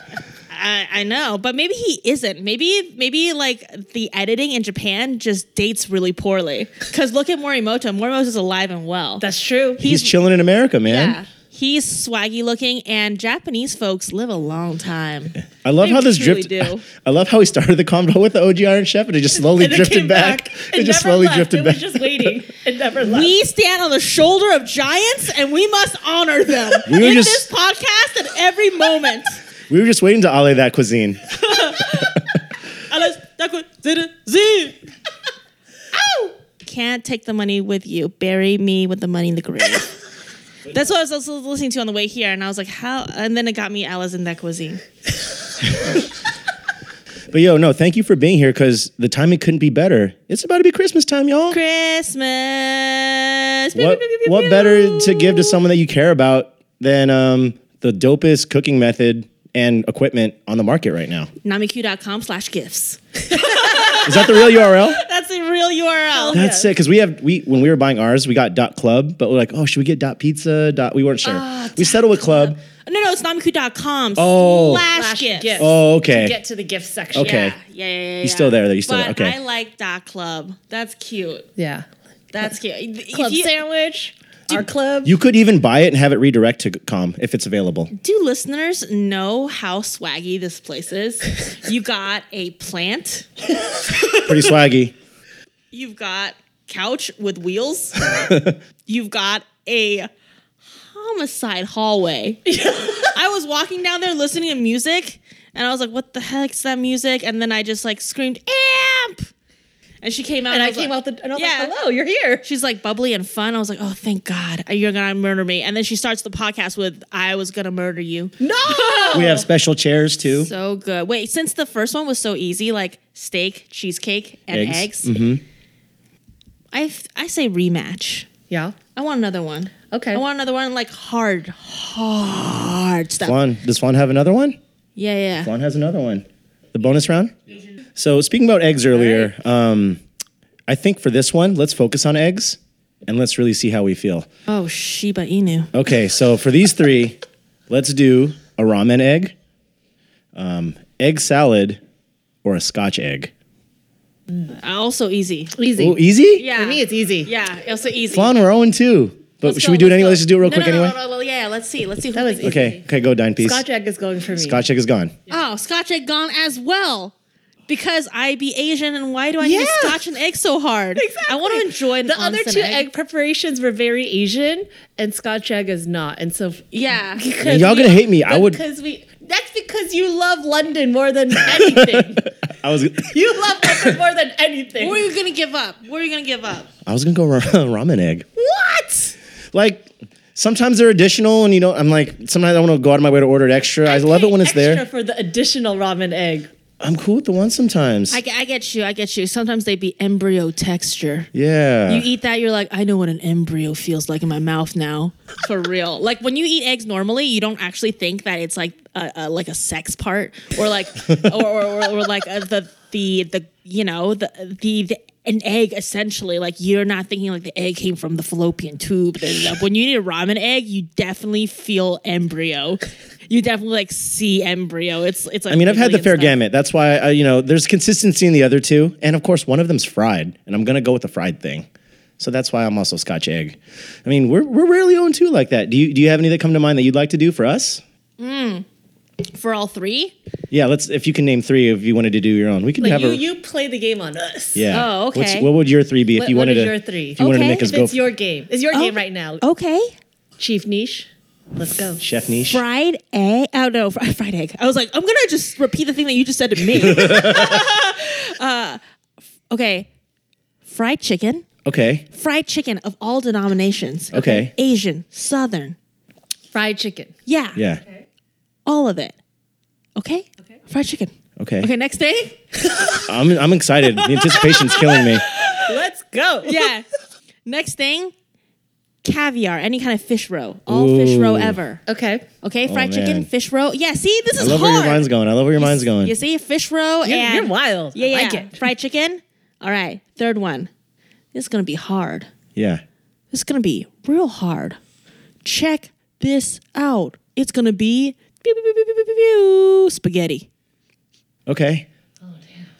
Speaker 5: I, I know, but maybe he isn't. Maybe maybe like the editing in Japan just dates really poorly. Cause look at Morimoto. Morimoto's alive and well.
Speaker 4: That's true.
Speaker 1: He's chilling in America, man.
Speaker 5: yeah. He's swaggy looking, and Japanese folks live a long time.
Speaker 1: I love
Speaker 5: They
Speaker 1: how this
Speaker 5: truly
Speaker 1: drift.
Speaker 5: do.
Speaker 1: I love how he started the convo with the OG Iron Chef, and it just slowly drifted back. It, just slowly drifted back.
Speaker 4: just waiting. It never left.
Speaker 5: We stand on the shoulder of giants and we must honor them
Speaker 1: We were
Speaker 5: in
Speaker 1: just-
Speaker 5: this podcast at every moment.
Speaker 1: we were just waiting to ollie that cuisine.
Speaker 5: Unless that could- did it- Ow! Can't take the money with you. Bury me with the money in the grave. That's what I was also listening to on the way here, and I was like, "How?" And then it got me Alice in that cuisine.
Speaker 1: But yo, no, thank you for being here because the timing couldn't be better. It's about to be Christmas time, y'all.
Speaker 5: Christmas. Pew,
Speaker 1: What,
Speaker 5: pew, pew, pew,
Speaker 1: what
Speaker 5: pew.
Speaker 1: better to give to someone that you care about than um, the dopest cooking method and equipment on the market right now?
Speaker 5: namiq.com slash gifts.
Speaker 1: Is that the real URL?
Speaker 5: That's the real URL.
Speaker 1: That's it. Because we have we when we were buying ours, we got dot club, but we're like, oh, should we get dot pizza? Dot we weren't sure.
Speaker 5: Ah,
Speaker 1: we settled with club.
Speaker 5: No, no, it's namiq.com
Speaker 1: Oh.
Speaker 5: slash gifts.
Speaker 4: gifts.
Speaker 1: Oh, okay.
Speaker 4: Get to the gift section.
Speaker 1: okay.
Speaker 5: Yeah, yeah, yeah. yeah
Speaker 1: You're still there, though. You're still
Speaker 5: but
Speaker 1: there. Okay.
Speaker 5: I like dot club. That's cute.
Speaker 4: Yeah.
Speaker 5: That's cute. If
Speaker 4: Club
Speaker 5: you-
Speaker 4: sandwich. Our club.
Speaker 1: You could even buy it and have it redirect to com if it's available.
Speaker 5: do listeners know how swaggy this place is? you got a plant.
Speaker 1: Pretty swaggy.
Speaker 5: You've got couch with wheels. You've got a homicide hallway. I was walking down there listening to music and I was like, what the heck's that music? And then I just like screamed, amp! And she came out
Speaker 4: and I
Speaker 5: was
Speaker 4: came
Speaker 5: like-
Speaker 4: out the and I was
Speaker 5: Yeah.
Speaker 4: like, "Hello, you're here."
Speaker 5: She's like bubbly and fun. I was like, oh, thank God, you're gonna murder me. And then she starts the podcast with, I was gonna murder you.
Speaker 1: We have special chairs too.
Speaker 5: Oh. So good. Wait, since the first one was so easy, like steak, cheesecake, and
Speaker 1: Eggs. Mm-hmm.
Speaker 5: eggs, I, f- I say rematch.
Speaker 4: Yeah.
Speaker 5: I want another one.
Speaker 4: Okay.
Speaker 5: I want another one, like hard, hard stuff.
Speaker 1: Juan, does Juan have another one?
Speaker 5: Yeah, yeah.
Speaker 1: Juan has another one. The bonus round. So speaking about eggs earlier, um, I think for this one, let's focus on eggs and let's really see how we feel.
Speaker 5: Oh, Shiba Inu.
Speaker 1: Okay, so for these three, let's do a ramen egg, um, egg salad, or a scotch egg.
Speaker 5: Also easy.
Speaker 4: Easy.
Speaker 1: Oh, easy?
Speaker 5: Yeah.
Speaker 4: For me, it's easy.
Speaker 5: Yeah, also easy.
Speaker 1: Flan, we're 0 and 2. But
Speaker 5: Let's
Speaker 1: should
Speaker 5: go,
Speaker 1: we do it
Speaker 5: let's
Speaker 1: anyway?
Speaker 5: go.
Speaker 1: Let's just do it real
Speaker 5: No,
Speaker 1: quick
Speaker 5: no, no,
Speaker 1: anyway.
Speaker 5: no, no, yeah, let's see. Let's see.
Speaker 4: That
Speaker 5: who
Speaker 4: was
Speaker 5: thinks-
Speaker 1: Okay, okay, go dine piece.
Speaker 4: Scotch egg is going for me.
Speaker 1: Scotch egg is gone.
Speaker 5: Oh, Scotch egg gone as well. Because I be Asian, and why do I need
Speaker 4: Yeah.
Speaker 5: Scotch and egg so hard? I want to enjoy
Speaker 4: the other
Speaker 5: onsen
Speaker 4: two egg. preparations were very Asian, and Scotch egg is not. And so
Speaker 5: Yeah.
Speaker 1: And y'all gonna hate me. I would.
Speaker 4: because we that's because you love London more than anything.
Speaker 1: I was.
Speaker 4: you love London more than anything.
Speaker 5: What are you gonna give up? What are you gonna give up?
Speaker 1: I was gonna go ra- ramen egg.
Speaker 4: what?
Speaker 1: Like sometimes they're additional, and you know, I'm like sometimes I want to go out of my way to order it extra. I, love it when it's
Speaker 4: Extra
Speaker 1: there.
Speaker 4: for the additional ramen egg.
Speaker 1: I'm cool with the one sometimes.
Speaker 5: I, I get you. I get you. Sometimes they be embryo texture.
Speaker 1: yeah.
Speaker 5: You eat that, you're like, I know what an embryo feels like in my mouth now. For real. Like when you eat eggs normally, you don't actually think that it's like a, a like a sex part or like or or, or, or like a, the the the you know the the. the an egg essentially like you're not thinking like the egg came from the fallopian tube da, da, da. when you eat a ramen egg you definitely feel embryo you definitely like see embryo it's it's like
Speaker 1: I mean, I've had the
Speaker 5: wiggly and
Speaker 1: fair
Speaker 5: stuff.
Speaker 1: gamut. That's why I, you know there's consistency in the other two, and of course one of them's fried, and I'm gonna go with the fried thing. So that's why I'm also Scotch egg. I mean, we're we're rarely on two like that. Do you do you have any that come to mind that you'd like to do for us?
Speaker 5: for all three
Speaker 1: Yeah, let's if you can name three if you wanted to do your own. We could have
Speaker 4: you
Speaker 1: a
Speaker 4: you play the game on us.
Speaker 1: yeah.
Speaker 5: Oh,
Speaker 1: What's-
Speaker 5: okay.
Speaker 1: what would your three be if
Speaker 4: What-
Speaker 1: you
Speaker 4: what
Speaker 1: wanted
Speaker 4: is
Speaker 1: to?
Speaker 4: your three?
Speaker 1: If you wanted to
Speaker 5: Okay.
Speaker 1: make us
Speaker 4: If
Speaker 1: go, Oh.
Speaker 4: it's your game. It's your game right now.
Speaker 5: okay
Speaker 4: Chief Niche. Let's go.
Speaker 1: Chef Niche.
Speaker 5: fried egg. Oh no, fr- fried egg. I was like, I'm gonna just repeat the thing that you just said to me. uh, f- okay, fried chicken.
Speaker 1: Okay.
Speaker 5: Fried chicken of all denominations.
Speaker 1: Okay.
Speaker 5: Asian, Southern.
Speaker 4: Fried chicken.
Speaker 5: Yeah.
Speaker 1: Yeah.
Speaker 5: All of it. Okay. Okay. Fried chicken.
Speaker 1: Okay.
Speaker 5: Okay. Next day.
Speaker 1: I'm I'm excited. The anticipation's killing me.
Speaker 4: Let's go.
Speaker 5: Yeah. next thing. Caviar, any kind of fish roe, all fish roe
Speaker 1: Ooh. Oh,
Speaker 5: ever.
Speaker 4: Okay.
Speaker 5: Okay, fried
Speaker 1: man.
Speaker 5: chicken, fish roe. Yeah, see, this
Speaker 1: I
Speaker 5: is
Speaker 1: love
Speaker 5: hard.
Speaker 1: where your mind's going. I love where your mind's going.
Speaker 5: You see, fish roe
Speaker 4: You're,
Speaker 5: and
Speaker 4: you're wild.
Speaker 5: Yeah,
Speaker 4: I
Speaker 5: yeah.
Speaker 4: like it.
Speaker 5: Fried chicken. All right. Third one. This is gonna be hard.
Speaker 1: Yeah.
Speaker 5: This is gonna be real hard. Check this out. It's gonna be pew, pew, pew, pew, pew, pew, pew, spaghetti.
Speaker 1: Okay.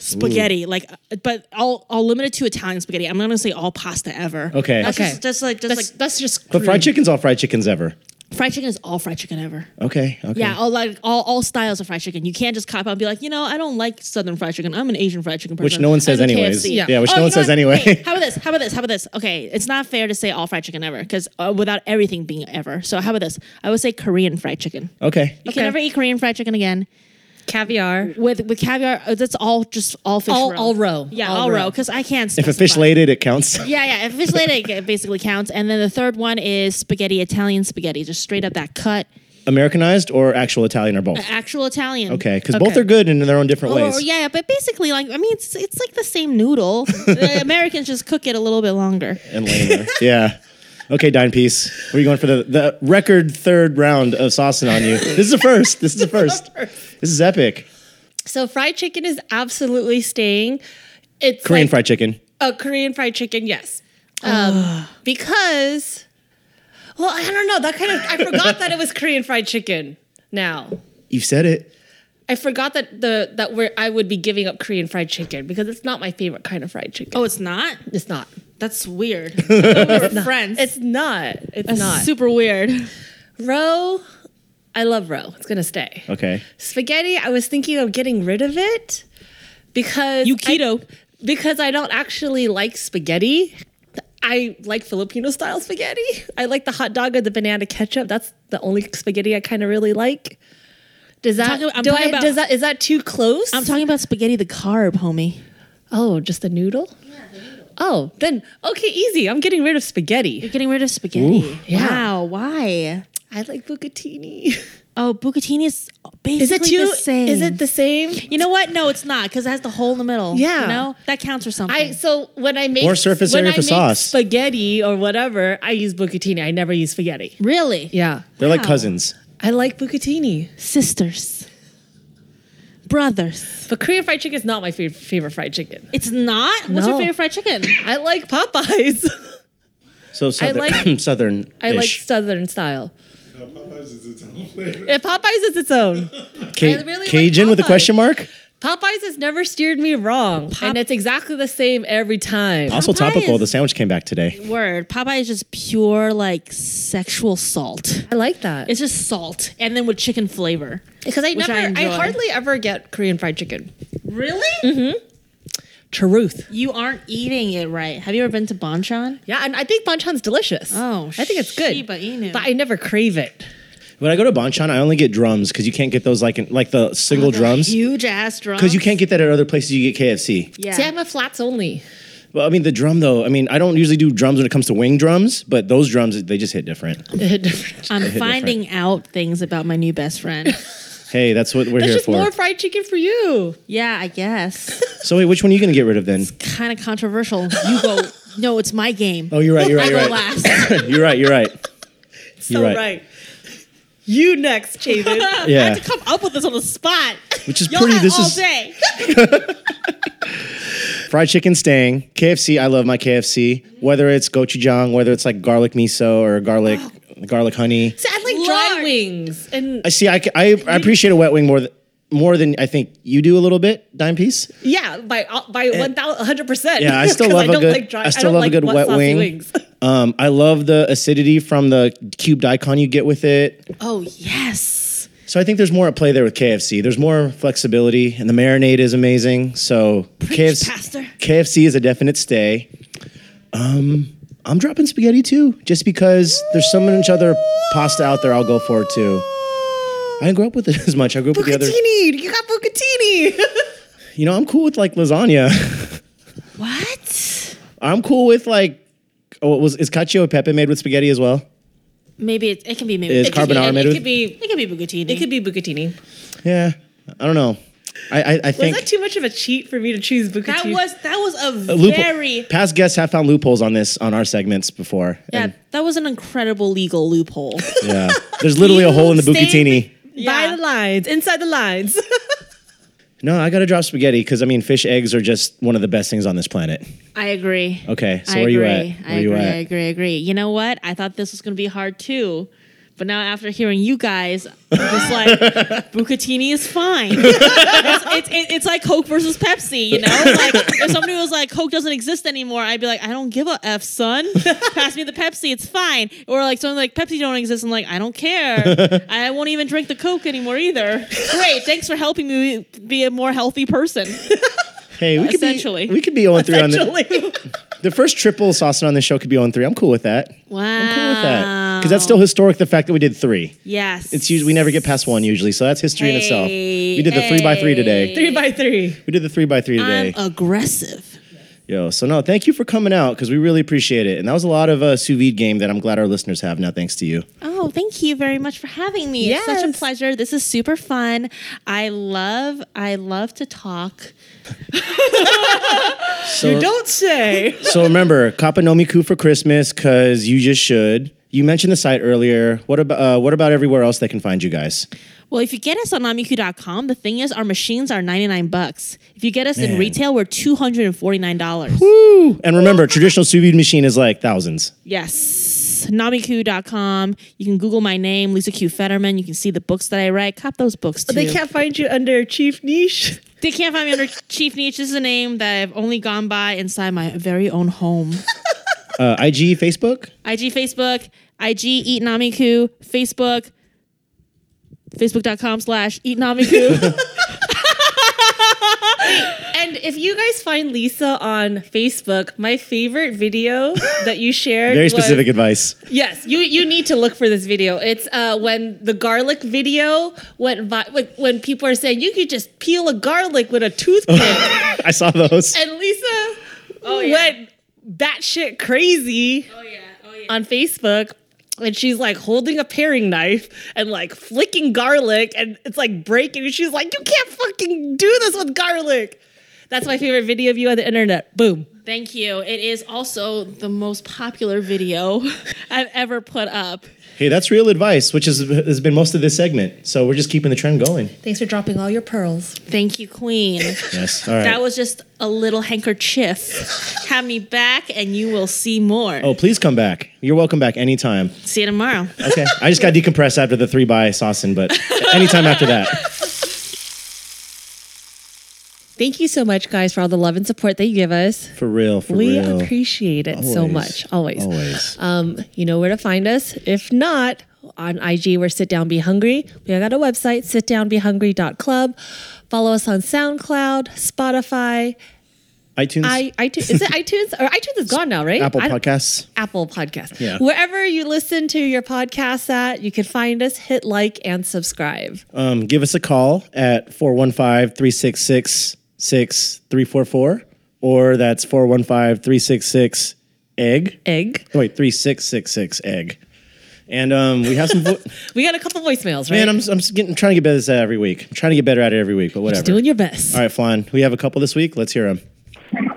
Speaker 5: Spaghetti, like, uh, but I'll I'll limit it to Italian spaghetti. I'm gonna say all pasta ever.
Speaker 1: Okay.
Speaker 5: That's
Speaker 4: Okay.
Speaker 5: Just, just like just
Speaker 4: That's,
Speaker 5: like
Speaker 4: that's just
Speaker 1: But fried chicken's all fried chicken's ever.
Speaker 5: fried chicken is all fried chicken ever.
Speaker 1: Okay. Okay.
Speaker 5: Yeah, all like all all styles of fried chicken. You can't just cop out and be like, you know, I don't like southern fried chicken. I'm an Asian fried chicken person.
Speaker 1: Which no one says
Speaker 5: I'm a
Speaker 1: anyways.
Speaker 5: KFC.
Speaker 1: Yeah. Yeah, which no
Speaker 5: Oh, you
Speaker 1: one
Speaker 5: know
Speaker 1: says
Speaker 5: what?
Speaker 1: anyway.
Speaker 5: Hey, how about this? How about this? How about this? Okay, it's not fair to say all fried chicken ever because uh, without everything being ever. So how about this? I would say Korean fried chicken.
Speaker 1: Okay.
Speaker 5: You can never eat Korean fried chicken again
Speaker 4: caviar.
Speaker 5: with with caviar. uh, That's all just all fish
Speaker 4: All-
Speaker 5: roe.
Speaker 4: all roe.
Speaker 5: Yeah,
Speaker 4: All
Speaker 5: all, roe
Speaker 4: roe.
Speaker 5: because I can't.
Speaker 1: If a fish
Speaker 5: specify.
Speaker 1: laid it, it counts.
Speaker 5: Yeah, yeah. If fish laid it, it basically counts. And then the third one is spaghetti, Italian spaghetti, just straight up that cut,
Speaker 1: Americanized or actual Italian or both.
Speaker 5: actual Italian.
Speaker 1: Okay. Because both are good in their own different
Speaker 5: Or-
Speaker 1: ways.
Speaker 5: Or, Uh, Oh, yeah, but basically, like I mean, it's it's like the same noodle. the Americans just cook it a little bit longer.
Speaker 1: And lamer. yeah. Okay, dine piece. Where are you going for the, the record third round of saucing on you? This is the first. This is the first. This is epic.
Speaker 4: So fried chicken is absolutely staying. It's
Speaker 1: Korean
Speaker 4: like-
Speaker 1: fried chicken.
Speaker 4: Oh, Korean fried chicken, yes. Um,
Speaker 1: Ah.
Speaker 4: because, well, I don't know. That kind of, I forgot that it was Korean fried chicken now.
Speaker 1: You've said it.
Speaker 4: I forgot that the that we I would be giving up Korean fried chicken because it's not my favorite kind of fried chicken.
Speaker 5: Oh, it's not.
Speaker 4: It's not.
Speaker 5: That's weird. We're friends.
Speaker 4: It's not. It's not.
Speaker 5: super weird.
Speaker 4: roe, I love roe. It's gonna stay.
Speaker 1: Okay.
Speaker 4: Spaghetti, I was thinking of getting rid of it because
Speaker 5: You
Speaker 4: I-
Speaker 5: keto.
Speaker 4: because I don't actually like spaghetti. I like Filipino style spaghetti. I like the hot dog or the banana ketchup. That's the only spaghetti I kind of really like. Does that
Speaker 5: talking- I'm
Speaker 4: do
Speaker 5: talking
Speaker 4: I,
Speaker 5: about-
Speaker 4: does that is that too close?
Speaker 5: I'm talking about spaghetti, the carb, homie.
Speaker 4: oh, just the noodle. Oh, then okay, easy. I'm getting rid of spaghetti.
Speaker 5: You're getting rid of spaghetti. Wow. Why?
Speaker 4: I like bucatini.
Speaker 5: Oh, bucatini is basically
Speaker 4: Is it too?
Speaker 5: the same.
Speaker 4: Is it the same?
Speaker 5: You know what? No, it's not because it has the hole in the middle.
Speaker 4: Yeah.
Speaker 5: You know that counts for something.
Speaker 4: I so when I make
Speaker 1: More surface
Speaker 4: when
Speaker 1: area
Speaker 4: I
Speaker 1: for
Speaker 4: make
Speaker 1: sauce.
Speaker 4: spaghetti or whatever, I use bucatini. I never use spaghetti.
Speaker 5: really?
Speaker 4: Yeah,
Speaker 1: They're like
Speaker 5: Wow.
Speaker 1: cousins.
Speaker 4: I like bucatini,
Speaker 5: Sisters. Brothers.
Speaker 4: but Korean fried chicken is not my fav- favorite fried chicken.
Speaker 5: It's not. What's your
Speaker 4: No.
Speaker 5: favorite fried chicken?
Speaker 4: I like Popeyes.
Speaker 1: So southern,
Speaker 4: like-
Speaker 1: southern.
Speaker 4: I like Southern style.
Speaker 7: No, Popeyes is its own flavor.
Speaker 4: If Popeyes is its own. I really like
Speaker 1: Cajun with a
Speaker 4: Popeyes.
Speaker 1: question mark.
Speaker 4: Popeyes has never steered me wrong, and it's exactly the same every time.
Speaker 1: Also topical.
Speaker 5: Popeyes.
Speaker 1: The sandwich came back today.
Speaker 5: Word. Popeye is just pure like sexual salt.
Speaker 4: I like that
Speaker 5: It's just salt, and then with chicken flavor.
Speaker 4: because I
Speaker 5: which I
Speaker 4: never, I,
Speaker 5: enjoy.
Speaker 4: hardly ever get Korean fried chicken.
Speaker 5: Really?
Speaker 4: Truth.
Speaker 5: You aren't eating it right. Have you ever been to Bonchon?
Speaker 4: Yeah, and I think banchan's delicious.
Speaker 5: Oh,
Speaker 4: I think it's good,
Speaker 5: Shiba Inu.
Speaker 4: but I never crave it.
Speaker 1: When I go to Banchan, I only get drums because you can't get those like in, like the single drums
Speaker 5: Huge ass drums.
Speaker 1: because you can't get that at other places. You get KFC.
Speaker 5: Yeah.
Speaker 4: See, I'm a flats only.
Speaker 1: Well, I mean the drum though. I mean I don't usually do drums when it comes to wing drums, but those drums they just hit different.
Speaker 4: There's
Speaker 5: I'm finding out things about my new best friend.
Speaker 1: Hey, that's what we're here
Speaker 4: just
Speaker 1: for.
Speaker 4: more fried chicken for you.
Speaker 5: yeah, I guess.
Speaker 1: so wait, which one are you gonna get rid of then?
Speaker 5: kind of controversial. You go. No, it's my game.
Speaker 1: Oh, you're right. You're
Speaker 5: I
Speaker 1: right.
Speaker 5: go
Speaker 1: You're right.
Speaker 5: last.
Speaker 1: you're right. You're right. You're
Speaker 6: So
Speaker 1: right.
Speaker 6: right. You next, Jaden.
Speaker 1: Yeah,
Speaker 5: Come up with this on the spot.
Speaker 1: which is
Speaker 5: Y'all
Speaker 1: pretty.
Speaker 5: had
Speaker 1: This
Speaker 5: all
Speaker 1: is
Speaker 5: day.
Speaker 1: fried chicken staying. KFC. I love my KFC. Whether it's gochujang, whether it's like garlic miso or garlic garlic honey.
Speaker 4: See, I like dry
Speaker 5: Lord.
Speaker 4: wings, and
Speaker 1: I see. I, c- I- I appreciate a wet wing more than more than I think you do a little bit. Dime piece.
Speaker 4: yeah, by uh, by one thousand, hundred percent.
Speaker 1: Eh. Yeah, I still love a
Speaker 4: don't
Speaker 1: good.
Speaker 4: Like dry,
Speaker 1: I still
Speaker 4: don't
Speaker 1: love
Speaker 4: like
Speaker 1: a good
Speaker 4: wet
Speaker 1: wet
Speaker 4: saucy
Speaker 1: wing.
Speaker 4: Wings.
Speaker 1: Um, I love the acidity from the cubed icon you get with it.
Speaker 5: Oh yes.
Speaker 1: So I think there's more at play there with KFC. There's more flexibility, and the marinade is amazing. So KFC,
Speaker 5: pastor.
Speaker 1: KFC is a definite stay. Um, I'm dropping spaghetti too, just because there's so much other pasta out there. I'll go for too. I didn't grow up with it as much. I grew up with the other.
Speaker 4: Bucatini, you got bucatini.
Speaker 1: You know, I'm cool with like lasagna.
Speaker 5: What?
Speaker 1: I'm cool with like. Oh, was is cacio e pepe made with spaghetti as well?
Speaker 5: Maybe it, it can be maybe
Speaker 1: Is
Speaker 5: it could be-
Speaker 1: carbonara made
Speaker 4: it
Speaker 1: with?
Speaker 4: could be,
Speaker 5: It can be bucatini.
Speaker 4: it could be bucatini.
Speaker 1: Yeah, I don't know. I I, I
Speaker 6: Was
Speaker 1: think
Speaker 6: that too much of a cheat for me to choose Booker
Speaker 5: That
Speaker 6: T?
Speaker 5: was that was a,
Speaker 1: a loophole-
Speaker 5: very
Speaker 1: past guests have found loopholes on this on our segments before.
Speaker 5: yeah.
Speaker 1: And,
Speaker 5: That was an incredible legal loophole.
Speaker 1: yeah. There's literally a hole in the
Speaker 5: Same-
Speaker 1: bucatini.
Speaker 6: by the lines, inside the lines.
Speaker 1: No, I gotta drop spaghetti because I mean, fish eggs are just one of the best things on this planet.
Speaker 5: I agree.
Speaker 1: Okay, so
Speaker 5: I
Speaker 1: where
Speaker 5: agree.
Speaker 1: you at? Where
Speaker 5: I
Speaker 1: you
Speaker 5: agree.
Speaker 1: at?
Speaker 5: I agree. I agree. You know what? I thought this was gonna be hard too, but now after hearing you guys, I'm just like bucatini is fine. it's, it's, it- it's like Coke versus Pepsi. You know, like if somebody was like Coke doesn't exist anymore, I'd be like, I don't give a f, son. Pass me the Pepsi. It's fine. Or like someone like Pepsi don't exist. I'm like, I don't care. I won't even drink the Coke anymore either. Great. Thanks for helping me be a more healthy person.
Speaker 1: Hey, we could
Speaker 5: Essentially.
Speaker 1: be we could be 0 3 on the,
Speaker 6: Actually,
Speaker 1: the first triple sauce on the show could be 0 3. I'm cool with that.
Speaker 5: Wow.
Speaker 1: I'm cool with that because that's still historic. The fact that we did three.
Speaker 5: Yes.
Speaker 1: It's usually we never get past one usually, so that's history in itself.
Speaker 5: Hey,
Speaker 1: We did the three by three today.
Speaker 6: three by three.
Speaker 1: We did the three by three today.
Speaker 5: I'm aggressive.
Speaker 1: Yo, so no, thank you for coming out because we really appreciate it. And that was a lot of uh, sous vide game that I'm glad our listeners have now, thanks to you.
Speaker 5: Oh, thank you very much for having me. It's such a
Speaker 4: Yes.
Speaker 5: pleasure. This is super fun. I love I love to talk.
Speaker 1: So,
Speaker 6: Don't say.
Speaker 1: so remember, Kapanomiku for Christmas because you just should. You mentioned the site earlier. What about uh, what about everywhere else they can find you guys?
Speaker 5: Well, if you get us on namiku.com, the thing is our machines are 99 bucks. If you get us
Speaker 1: Man.
Speaker 5: in retail, we're $249.
Speaker 1: Woo! And remember, traditional sous vide machine is like thousands.
Speaker 5: Yes. Namiku.com. You can Google my name, Lisa Q. Fetterman. You can see the books that I write. Cop those books too.
Speaker 6: They can't find you under Chief Niche.
Speaker 5: They can't find me under Chief Nietzsche. This is a name that I've only gone by inside my very own home.
Speaker 1: Uh, IG, Facebook.
Speaker 5: IG, Facebook, IG, Eat Namiku, Facebook, facebook.com slash Eat
Speaker 1: Oh,
Speaker 5: Namiku.
Speaker 4: And if you guys find Lisa on Facebook, my favorite video that you shared
Speaker 1: Very
Speaker 4: was-
Speaker 1: specific advice.
Speaker 4: Yes, you you need to look for this video. It's uh, when the garlic video went vi- like, when people are saying you could just peel a garlic with a toothpick,
Speaker 1: I saw those.
Speaker 4: and Lisa
Speaker 6: Oh, Went batshit crazy
Speaker 5: Oh,
Speaker 4: on Facebook. And she's like holding a paring knife and like flicking garlic, and it's like breaking. And she's like, "You can't fucking do this with garlic." That's my favorite video of you on the internet. Boom.
Speaker 5: Thank you. It is also the most popular video I've ever put up.
Speaker 1: Hey, that's real advice, which is, has been most of this segment. So we're just keeping the trend going.
Speaker 4: Thanks for dropping all your pearls.
Speaker 5: Thank you, Queen.
Speaker 1: Yes. All right.
Speaker 5: That was just a little handkerchief. Have me back, and you will see more.
Speaker 1: oh, please come back. You're welcome back anytime.
Speaker 5: See you tomorrow.
Speaker 1: Okay. I just got decompressed after the three by Saucin, but anytime after that.
Speaker 4: Thank you so much, guys, for all the love and support that you give us.
Speaker 1: For real. For
Speaker 4: We
Speaker 1: real.
Speaker 4: appreciate it so
Speaker 1: Always. Oh.
Speaker 4: much. Always.
Speaker 1: Always.
Speaker 4: Um, you know where to find us. If not, on IG, we're Sit Down Be Hungry. We got a website, sitdownbehungry.club. Follow us on SoundCloud, Spotify,
Speaker 1: iTunes,
Speaker 4: I, iTunes. Is it iTunes? Or iTunes is gone now, right?
Speaker 1: Apple
Speaker 4: I don't-
Speaker 1: Podcasts.
Speaker 4: Apple Podcast.
Speaker 1: Yeah.
Speaker 4: Wherever you listen to your podcasts at, you can find us. Hit like and subscribe.
Speaker 1: Um, give us a call at 415 366 6344, or that's 415 366 egg.
Speaker 4: Egg.
Speaker 1: E Oh, Wait, 3666 egg. E And um, we have some. Vo-
Speaker 4: We got a couple voicemails, right?
Speaker 1: Man, I'm, I'm just getting, trying to get better at this every week. I'm trying to get better at it every week, but whatever.
Speaker 4: Just doing your best.
Speaker 1: All right, Flan, we have a couple this week. Let's hear them.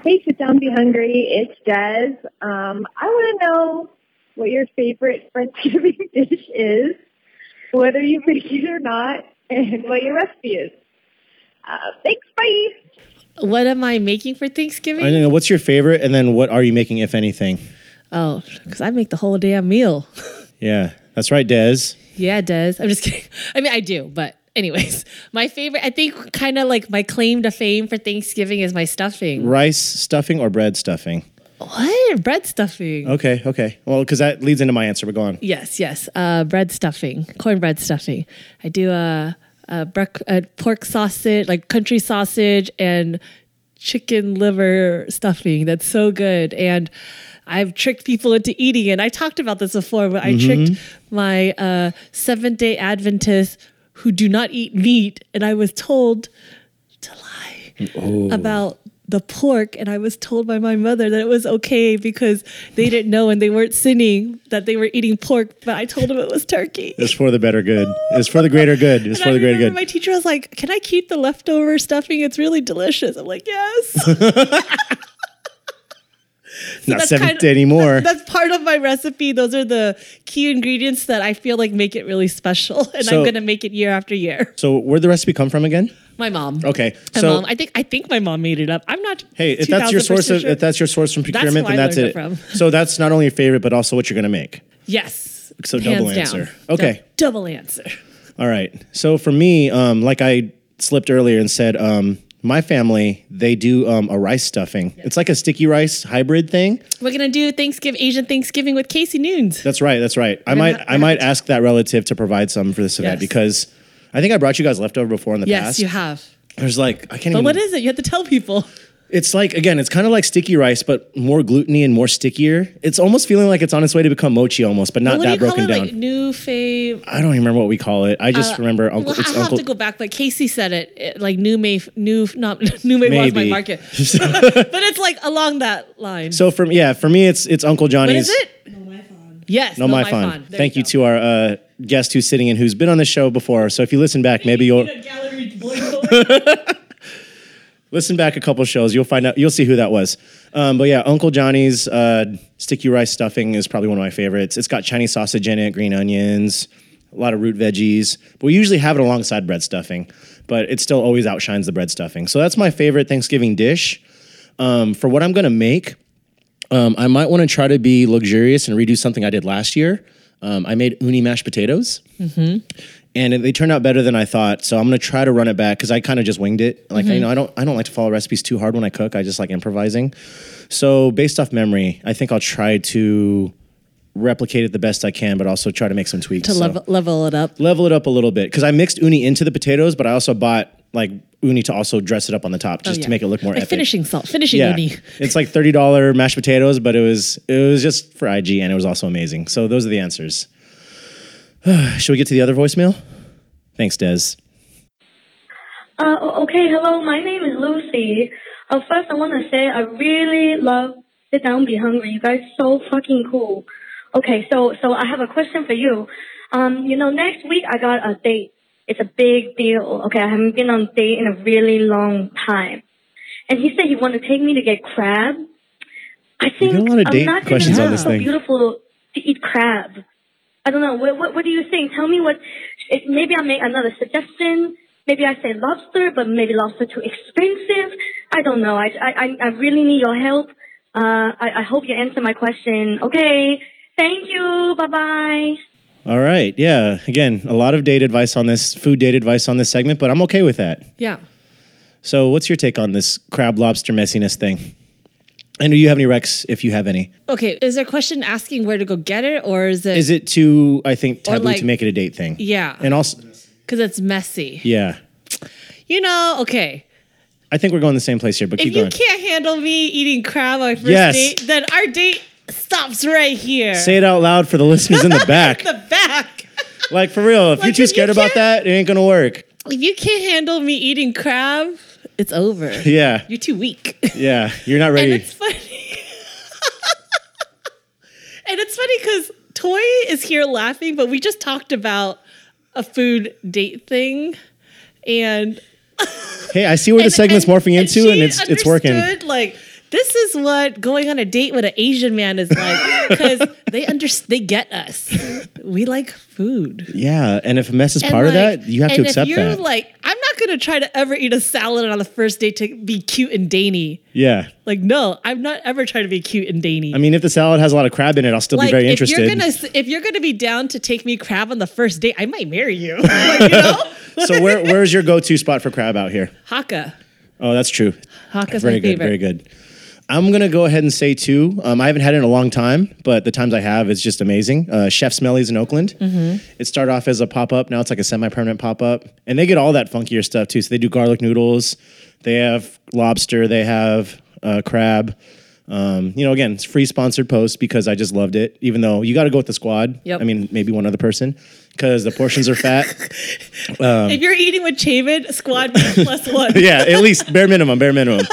Speaker 8: Hey, sit down, be hungry. It's Des. Um, I want to know what your favorite Thanksgiving dish is, whether you make it or not, and what your recipe is. Uh, thanks. Bye.
Speaker 4: What am I making for Thanksgiving?
Speaker 1: I don't know, what's your favorite, and then what are you making, if anything?
Speaker 4: Oh, because I make the whole damn meal.
Speaker 1: Yeah, that's right, Des.
Speaker 4: yeah, it does. I'm just kidding. I mean, I do, but anyways, my favorite, I think kind of like my claim to fame for Thanksgiving is my stuffing.
Speaker 1: Rice stuffing or bread stuffing?
Speaker 4: What? Bread stuffing.
Speaker 1: Okay, okay. Well, because that leads into my answer, but go on.
Speaker 4: Yes, yes. Uh, bread stuffing, cornbread stuffing. I do a, a, brec- a pork sausage, like country sausage, and chicken liver stuffing. That's so good. And I've tricked people into eating it. I talked about this before, but I tricked my uh, Seventh day Adventists who do not eat meat, and I was told to lie
Speaker 1: Mm.
Speaker 4: about the pork and i was told by my mother that it was okay because they didn't know and they weren't sinning that they were eating pork but i told them it was turkey
Speaker 1: It's for the better good. It's for the greater good. It's
Speaker 4: And I
Speaker 1: for the greater
Speaker 4: remember
Speaker 1: good.
Speaker 4: my teacher was like can i keep the leftover stuffing it's really delicious i'm like yes
Speaker 1: Not
Speaker 4: that's
Speaker 1: seventh
Speaker 4: kind of-
Speaker 1: day anymore.
Speaker 4: that's part of my recipe those are the key ingredients that i feel like make it really special and
Speaker 1: So-
Speaker 4: i'm going to make it year after year
Speaker 1: So where'd the recipe come from again?
Speaker 4: my mom
Speaker 1: Okay.
Speaker 4: my
Speaker 1: So
Speaker 4: mom i think i think my mom made it up i'm not
Speaker 1: hey, if that's your
Speaker 4: 2000%
Speaker 1: source of
Speaker 4: sure.
Speaker 1: if that's your source from
Speaker 4: who
Speaker 1: procurement,
Speaker 4: I
Speaker 1: then
Speaker 4: learned it
Speaker 1: that's it.
Speaker 4: from.
Speaker 1: so that's not only your favorite, but also what you're gonna make.
Speaker 4: yes
Speaker 1: So
Speaker 4: hands
Speaker 1: double
Speaker 4: down.
Speaker 1: answer. Okay.
Speaker 4: Dou- double answer
Speaker 1: All right. So for me, um, like I slipped earlier and said, um, my family, they do um, a rice stuffing. It's like a sticky rice hybrid thing.
Speaker 4: We're gonna do Thanksgiving Asian Thanksgiving with Casey Noons.
Speaker 1: That's right. That's right. I
Speaker 4: gonna
Speaker 1: might
Speaker 4: have-
Speaker 1: I
Speaker 4: we're
Speaker 1: might
Speaker 4: gonna-
Speaker 1: ask that relative to provide some for this event
Speaker 4: Yes.
Speaker 1: because I think I brought you guys leftover before in the
Speaker 4: Yes,
Speaker 1: past.
Speaker 4: you have.
Speaker 1: There's like I can't.
Speaker 4: But
Speaker 1: even,
Speaker 4: what is it? You have to tell people.
Speaker 1: It's like again, it's kind of like sticky rice, but more gluteny and more stickier. It's almost feeling like it's on its way to become mochi almost, but not
Speaker 4: what
Speaker 1: that
Speaker 4: do you
Speaker 1: broken
Speaker 4: call it?
Speaker 1: down.
Speaker 4: Like new fave.
Speaker 1: I don't even remember what we call it. I just remember Uncle.
Speaker 4: Well,
Speaker 1: it's
Speaker 4: I'll have
Speaker 1: Uncle.
Speaker 4: to go back, but Casey said it, it- like new May, new not new May was my
Speaker 1: Maybe.
Speaker 4: market, but it's like along that line.
Speaker 1: So from yeah, for me, it's it's Uncle
Speaker 4: what
Speaker 1: Johnny's.
Speaker 4: is it? Oh, Yes,
Speaker 1: No, my fun. Thank you to our uh, guest who's sitting in, who's been on the show before. So if you listen back, maybe you'll listen back a couple shows. You'll find out. You'll see who that was. Um, but yeah, Uncle Johnny's uh, sticky rice stuffing is probably one of my favorites. It's got Chinese sausage in it, green onions, a lot of root veggies. But we usually have it alongside bread stuffing, but it still always outshines the bread stuffing. So that's my favorite Thanksgiving dish. Um, for what I'm gonna make, um, I might want to try to be luxurious and redo something I did last year. Um, I made uni mashed potatoes
Speaker 4: Mm-hmm.
Speaker 1: and it- they turned out better than I thought. So I'm gonna try to run it back because I kind of just winged it. Like
Speaker 4: Mm-hmm.
Speaker 1: you know, I don't I don't like to follow recipes too hard when I cook. I just like improvising. So based off memory, I think I'll try to replicate it the best I can, but also try to make some tweaks
Speaker 4: to
Speaker 1: So
Speaker 4: level, level it up.
Speaker 1: level it up a little bit because I mixed uni into the potatoes, but I also bought like uni to also dress it up on the top just
Speaker 4: Oh, Yeah.
Speaker 1: to make it look more
Speaker 4: like
Speaker 1: epic.
Speaker 4: finishing salt, finishing
Speaker 1: Yeah,
Speaker 4: uni.
Speaker 1: it's like thirty dollar mashed potatoes, but it was it was just for IG and it was also amazing. So those are the answers. Should we get to the other voicemail? Thanks, Des.
Speaker 9: Uh, o- okay, hello, my name is Lucy. Uh, first, I want to say I really love Sit Down Be Hungry. You guys so fucking cool. Okay, so so I have a question for you. Um, you know, next week I got a date. It's a big deal. Okay, I haven't been on a date in a really long time. And he said he wanted to take me to get crab. I think
Speaker 1: got a lot of
Speaker 9: I'm
Speaker 1: date
Speaker 9: not
Speaker 1: questions
Speaker 9: gonna
Speaker 1: on
Speaker 9: be
Speaker 1: this
Speaker 9: so
Speaker 1: thing.
Speaker 9: beautiful to eat crab. I don't know. What, what, what do you think? Tell me what. It, maybe I make another suggestion. Maybe I say lobster, but maybe lobster too expensive. I don't know. I, I, I- I really need your help. Uh, I, I hope you answer my question. Okay. Thank you. Bye bye.
Speaker 1: All right. Yeah. Again, a lot of date advice on this, food date advice on this segment, but I'm okay with that.
Speaker 4: Yeah.
Speaker 1: So, what's your take on this crab lobster messiness thing? And do you have any recs if you have any?
Speaker 4: Okay. Is there a question asking where to go get it or is it
Speaker 1: Is it too, I think, taboo
Speaker 4: like-
Speaker 1: to make it a date thing?
Speaker 4: Yeah.
Speaker 1: And also,
Speaker 4: because it's messy?
Speaker 1: yeah.
Speaker 4: You know, okay.
Speaker 1: I think we're going the same place here, but
Speaker 4: If
Speaker 1: keep
Speaker 4: you
Speaker 1: going.
Speaker 4: can't handle me eating crab on first
Speaker 1: Yes.
Speaker 4: date, then our date stops right here.
Speaker 1: Say it out loud for the listeners in the back.
Speaker 4: the back.
Speaker 1: like, for real, if
Speaker 4: Like,
Speaker 1: you're too
Speaker 4: if you
Speaker 1: scared about
Speaker 4: can't-
Speaker 1: that, it ain't going to work.
Speaker 4: if you can't handle me eating crab, it's over.
Speaker 1: Yeah.
Speaker 4: You're too weak.
Speaker 1: Yeah. You're not ready.
Speaker 4: And it's funny. and it's funny because Toy is here laughing, but we just talked about a food date thing. And
Speaker 1: Hey, I see where the
Speaker 4: and-
Speaker 1: segment's
Speaker 4: and-
Speaker 1: morphing into, and,
Speaker 4: she
Speaker 1: it's it's working.
Speaker 4: understood, Like this is what going on a date with an Asian man is like because they under they get us. We like food.
Speaker 1: Yeah, and if a mess is
Speaker 4: And,
Speaker 1: part
Speaker 4: like,
Speaker 1: of that, you have to
Speaker 4: and
Speaker 1: accept
Speaker 4: if you're
Speaker 1: that.
Speaker 4: Like I'm not gonna try to ever eat a salad on the first date to be cute and dainty.
Speaker 1: yeah,
Speaker 4: Like no, I'm not ever trying to be cute and dainty.
Speaker 1: I mean, if the salad has a lot of crab in it, I'll still be very interested.
Speaker 4: If you're gonna if you're gonna be down to take me crab on the first date, I might marry you. Like, you know,
Speaker 1: so where where's your go-to spot for crab out here?
Speaker 4: Haka.
Speaker 1: Oh, that's true.
Speaker 4: Haka's
Speaker 1: very
Speaker 4: my
Speaker 1: good,
Speaker 4: favorite.
Speaker 1: very good. I'm gonna go ahead and say two. Um, I haven't had it in a long time, but the times I have, it's just amazing. Uh, Chef Smelly's in Oakland.
Speaker 4: Mm-hmm.
Speaker 1: It started off as a pop up. Now it's like a semi permanent pop up, and they get all that funkier stuff too. So they do garlic noodles, they have lobster, they have uh, crab. Um, you know, again, it's free sponsored post because I just loved it. Even though you got to go with the squad.
Speaker 4: Yep.
Speaker 1: I mean, maybe one other person because the portions are fat.
Speaker 4: If you're eating with Chavin, squad plus one.
Speaker 1: yeah, at least bare minimum, bare minimum.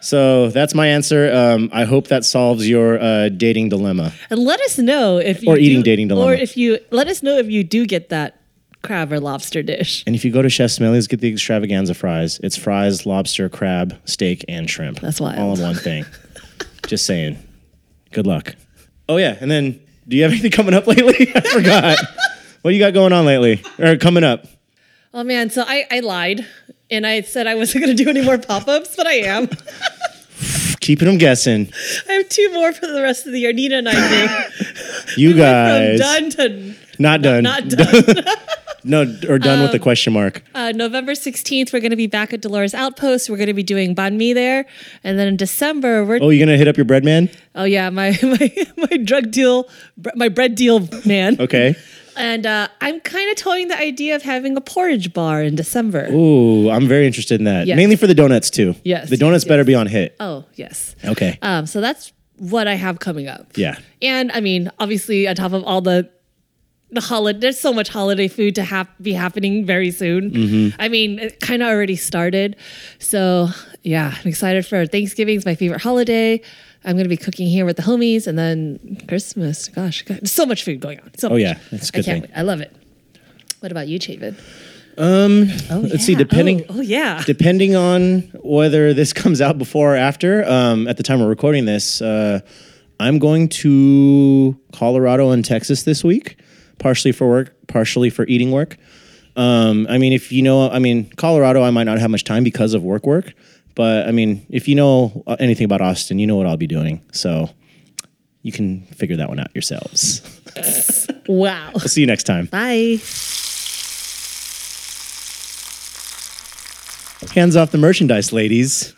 Speaker 1: So that's my answer. Um, I hope that solves your uh, dating dilemma.
Speaker 4: And let us know if you
Speaker 1: Or eating
Speaker 4: do-
Speaker 1: dating dilemma.
Speaker 4: Or if you let us know if you do get that crab or lobster dish.
Speaker 1: And if you go to Chef Smelly's, get the extravaganza fries. It's fries, lobster, crab, steak, and shrimp.
Speaker 4: That's wild.
Speaker 1: All in one thing. Just saying. Good luck. Oh yeah, and then do you have anything coming up lately? I forgot. what you got going on lately or coming up?
Speaker 4: Oh man, so I, I lied and I said I wasn't gonna do any more pop-ups, but I am.
Speaker 1: Keeping them guessing.
Speaker 4: I have two more for the rest of the year. Nina and I do.
Speaker 1: You
Speaker 4: From
Speaker 1: guys
Speaker 4: done to
Speaker 1: not done.
Speaker 4: not done.
Speaker 1: no, or done with the question mark.
Speaker 4: Uh, November 16th, we're going to be back at Dolores Outpost. We're going to be doing banh mi there. And then in December, we're.
Speaker 1: Oh,
Speaker 4: Oh,
Speaker 1: you gonna hit up your bread man?
Speaker 4: yeah, my, my, my drug deal, bre- my bread deal man.
Speaker 1: Okay.
Speaker 4: And uh, I'm kind of toying the idea of having a porridge bar in December.
Speaker 1: Ooh, I'm very interested in that.
Speaker 4: Yes.
Speaker 1: Mainly for the donuts too.
Speaker 4: Yes,
Speaker 1: The donuts
Speaker 4: yes,
Speaker 1: better be on hit.
Speaker 4: Oh, yes.
Speaker 1: Okay.
Speaker 4: Um, so that's what I have coming up.
Speaker 1: yeah.
Speaker 4: And I mean, obviously, on top of all the the holiday, there's so much holiday food to have be happening very soon.
Speaker 1: Mm-hmm.
Speaker 4: I mean, it kind of already started. So yeah, I'm excited for Thanksgiving's my favorite holiday. I'm gonna be cooking here with the homies, and then Christmas. Gosh, God, so much food going on. So
Speaker 1: Oh yeah, that's a
Speaker 4: I
Speaker 1: good
Speaker 4: can't
Speaker 1: thing.
Speaker 4: wait. I love it. What about you, Chavin?
Speaker 1: Um, let's see.
Speaker 4: Yeah.
Speaker 1: Depending
Speaker 4: Oh, oh, yeah.
Speaker 1: depending on whether this comes out before or after. Um, at the time we're recording this, uh, I'm going to Colorado and Texas this week, partially for work, partially for eating work. Um, I mean, if you know, I mean, Colorado, I might not have much time because of work work, but I mean, if you know uh, anything about Austin, you know what I'll be doing. So you can figure that one out yourselves.
Speaker 4: Wow.
Speaker 1: We'll see you next time.
Speaker 4: Bye.
Speaker 1: Hands off the merchandise, ladies.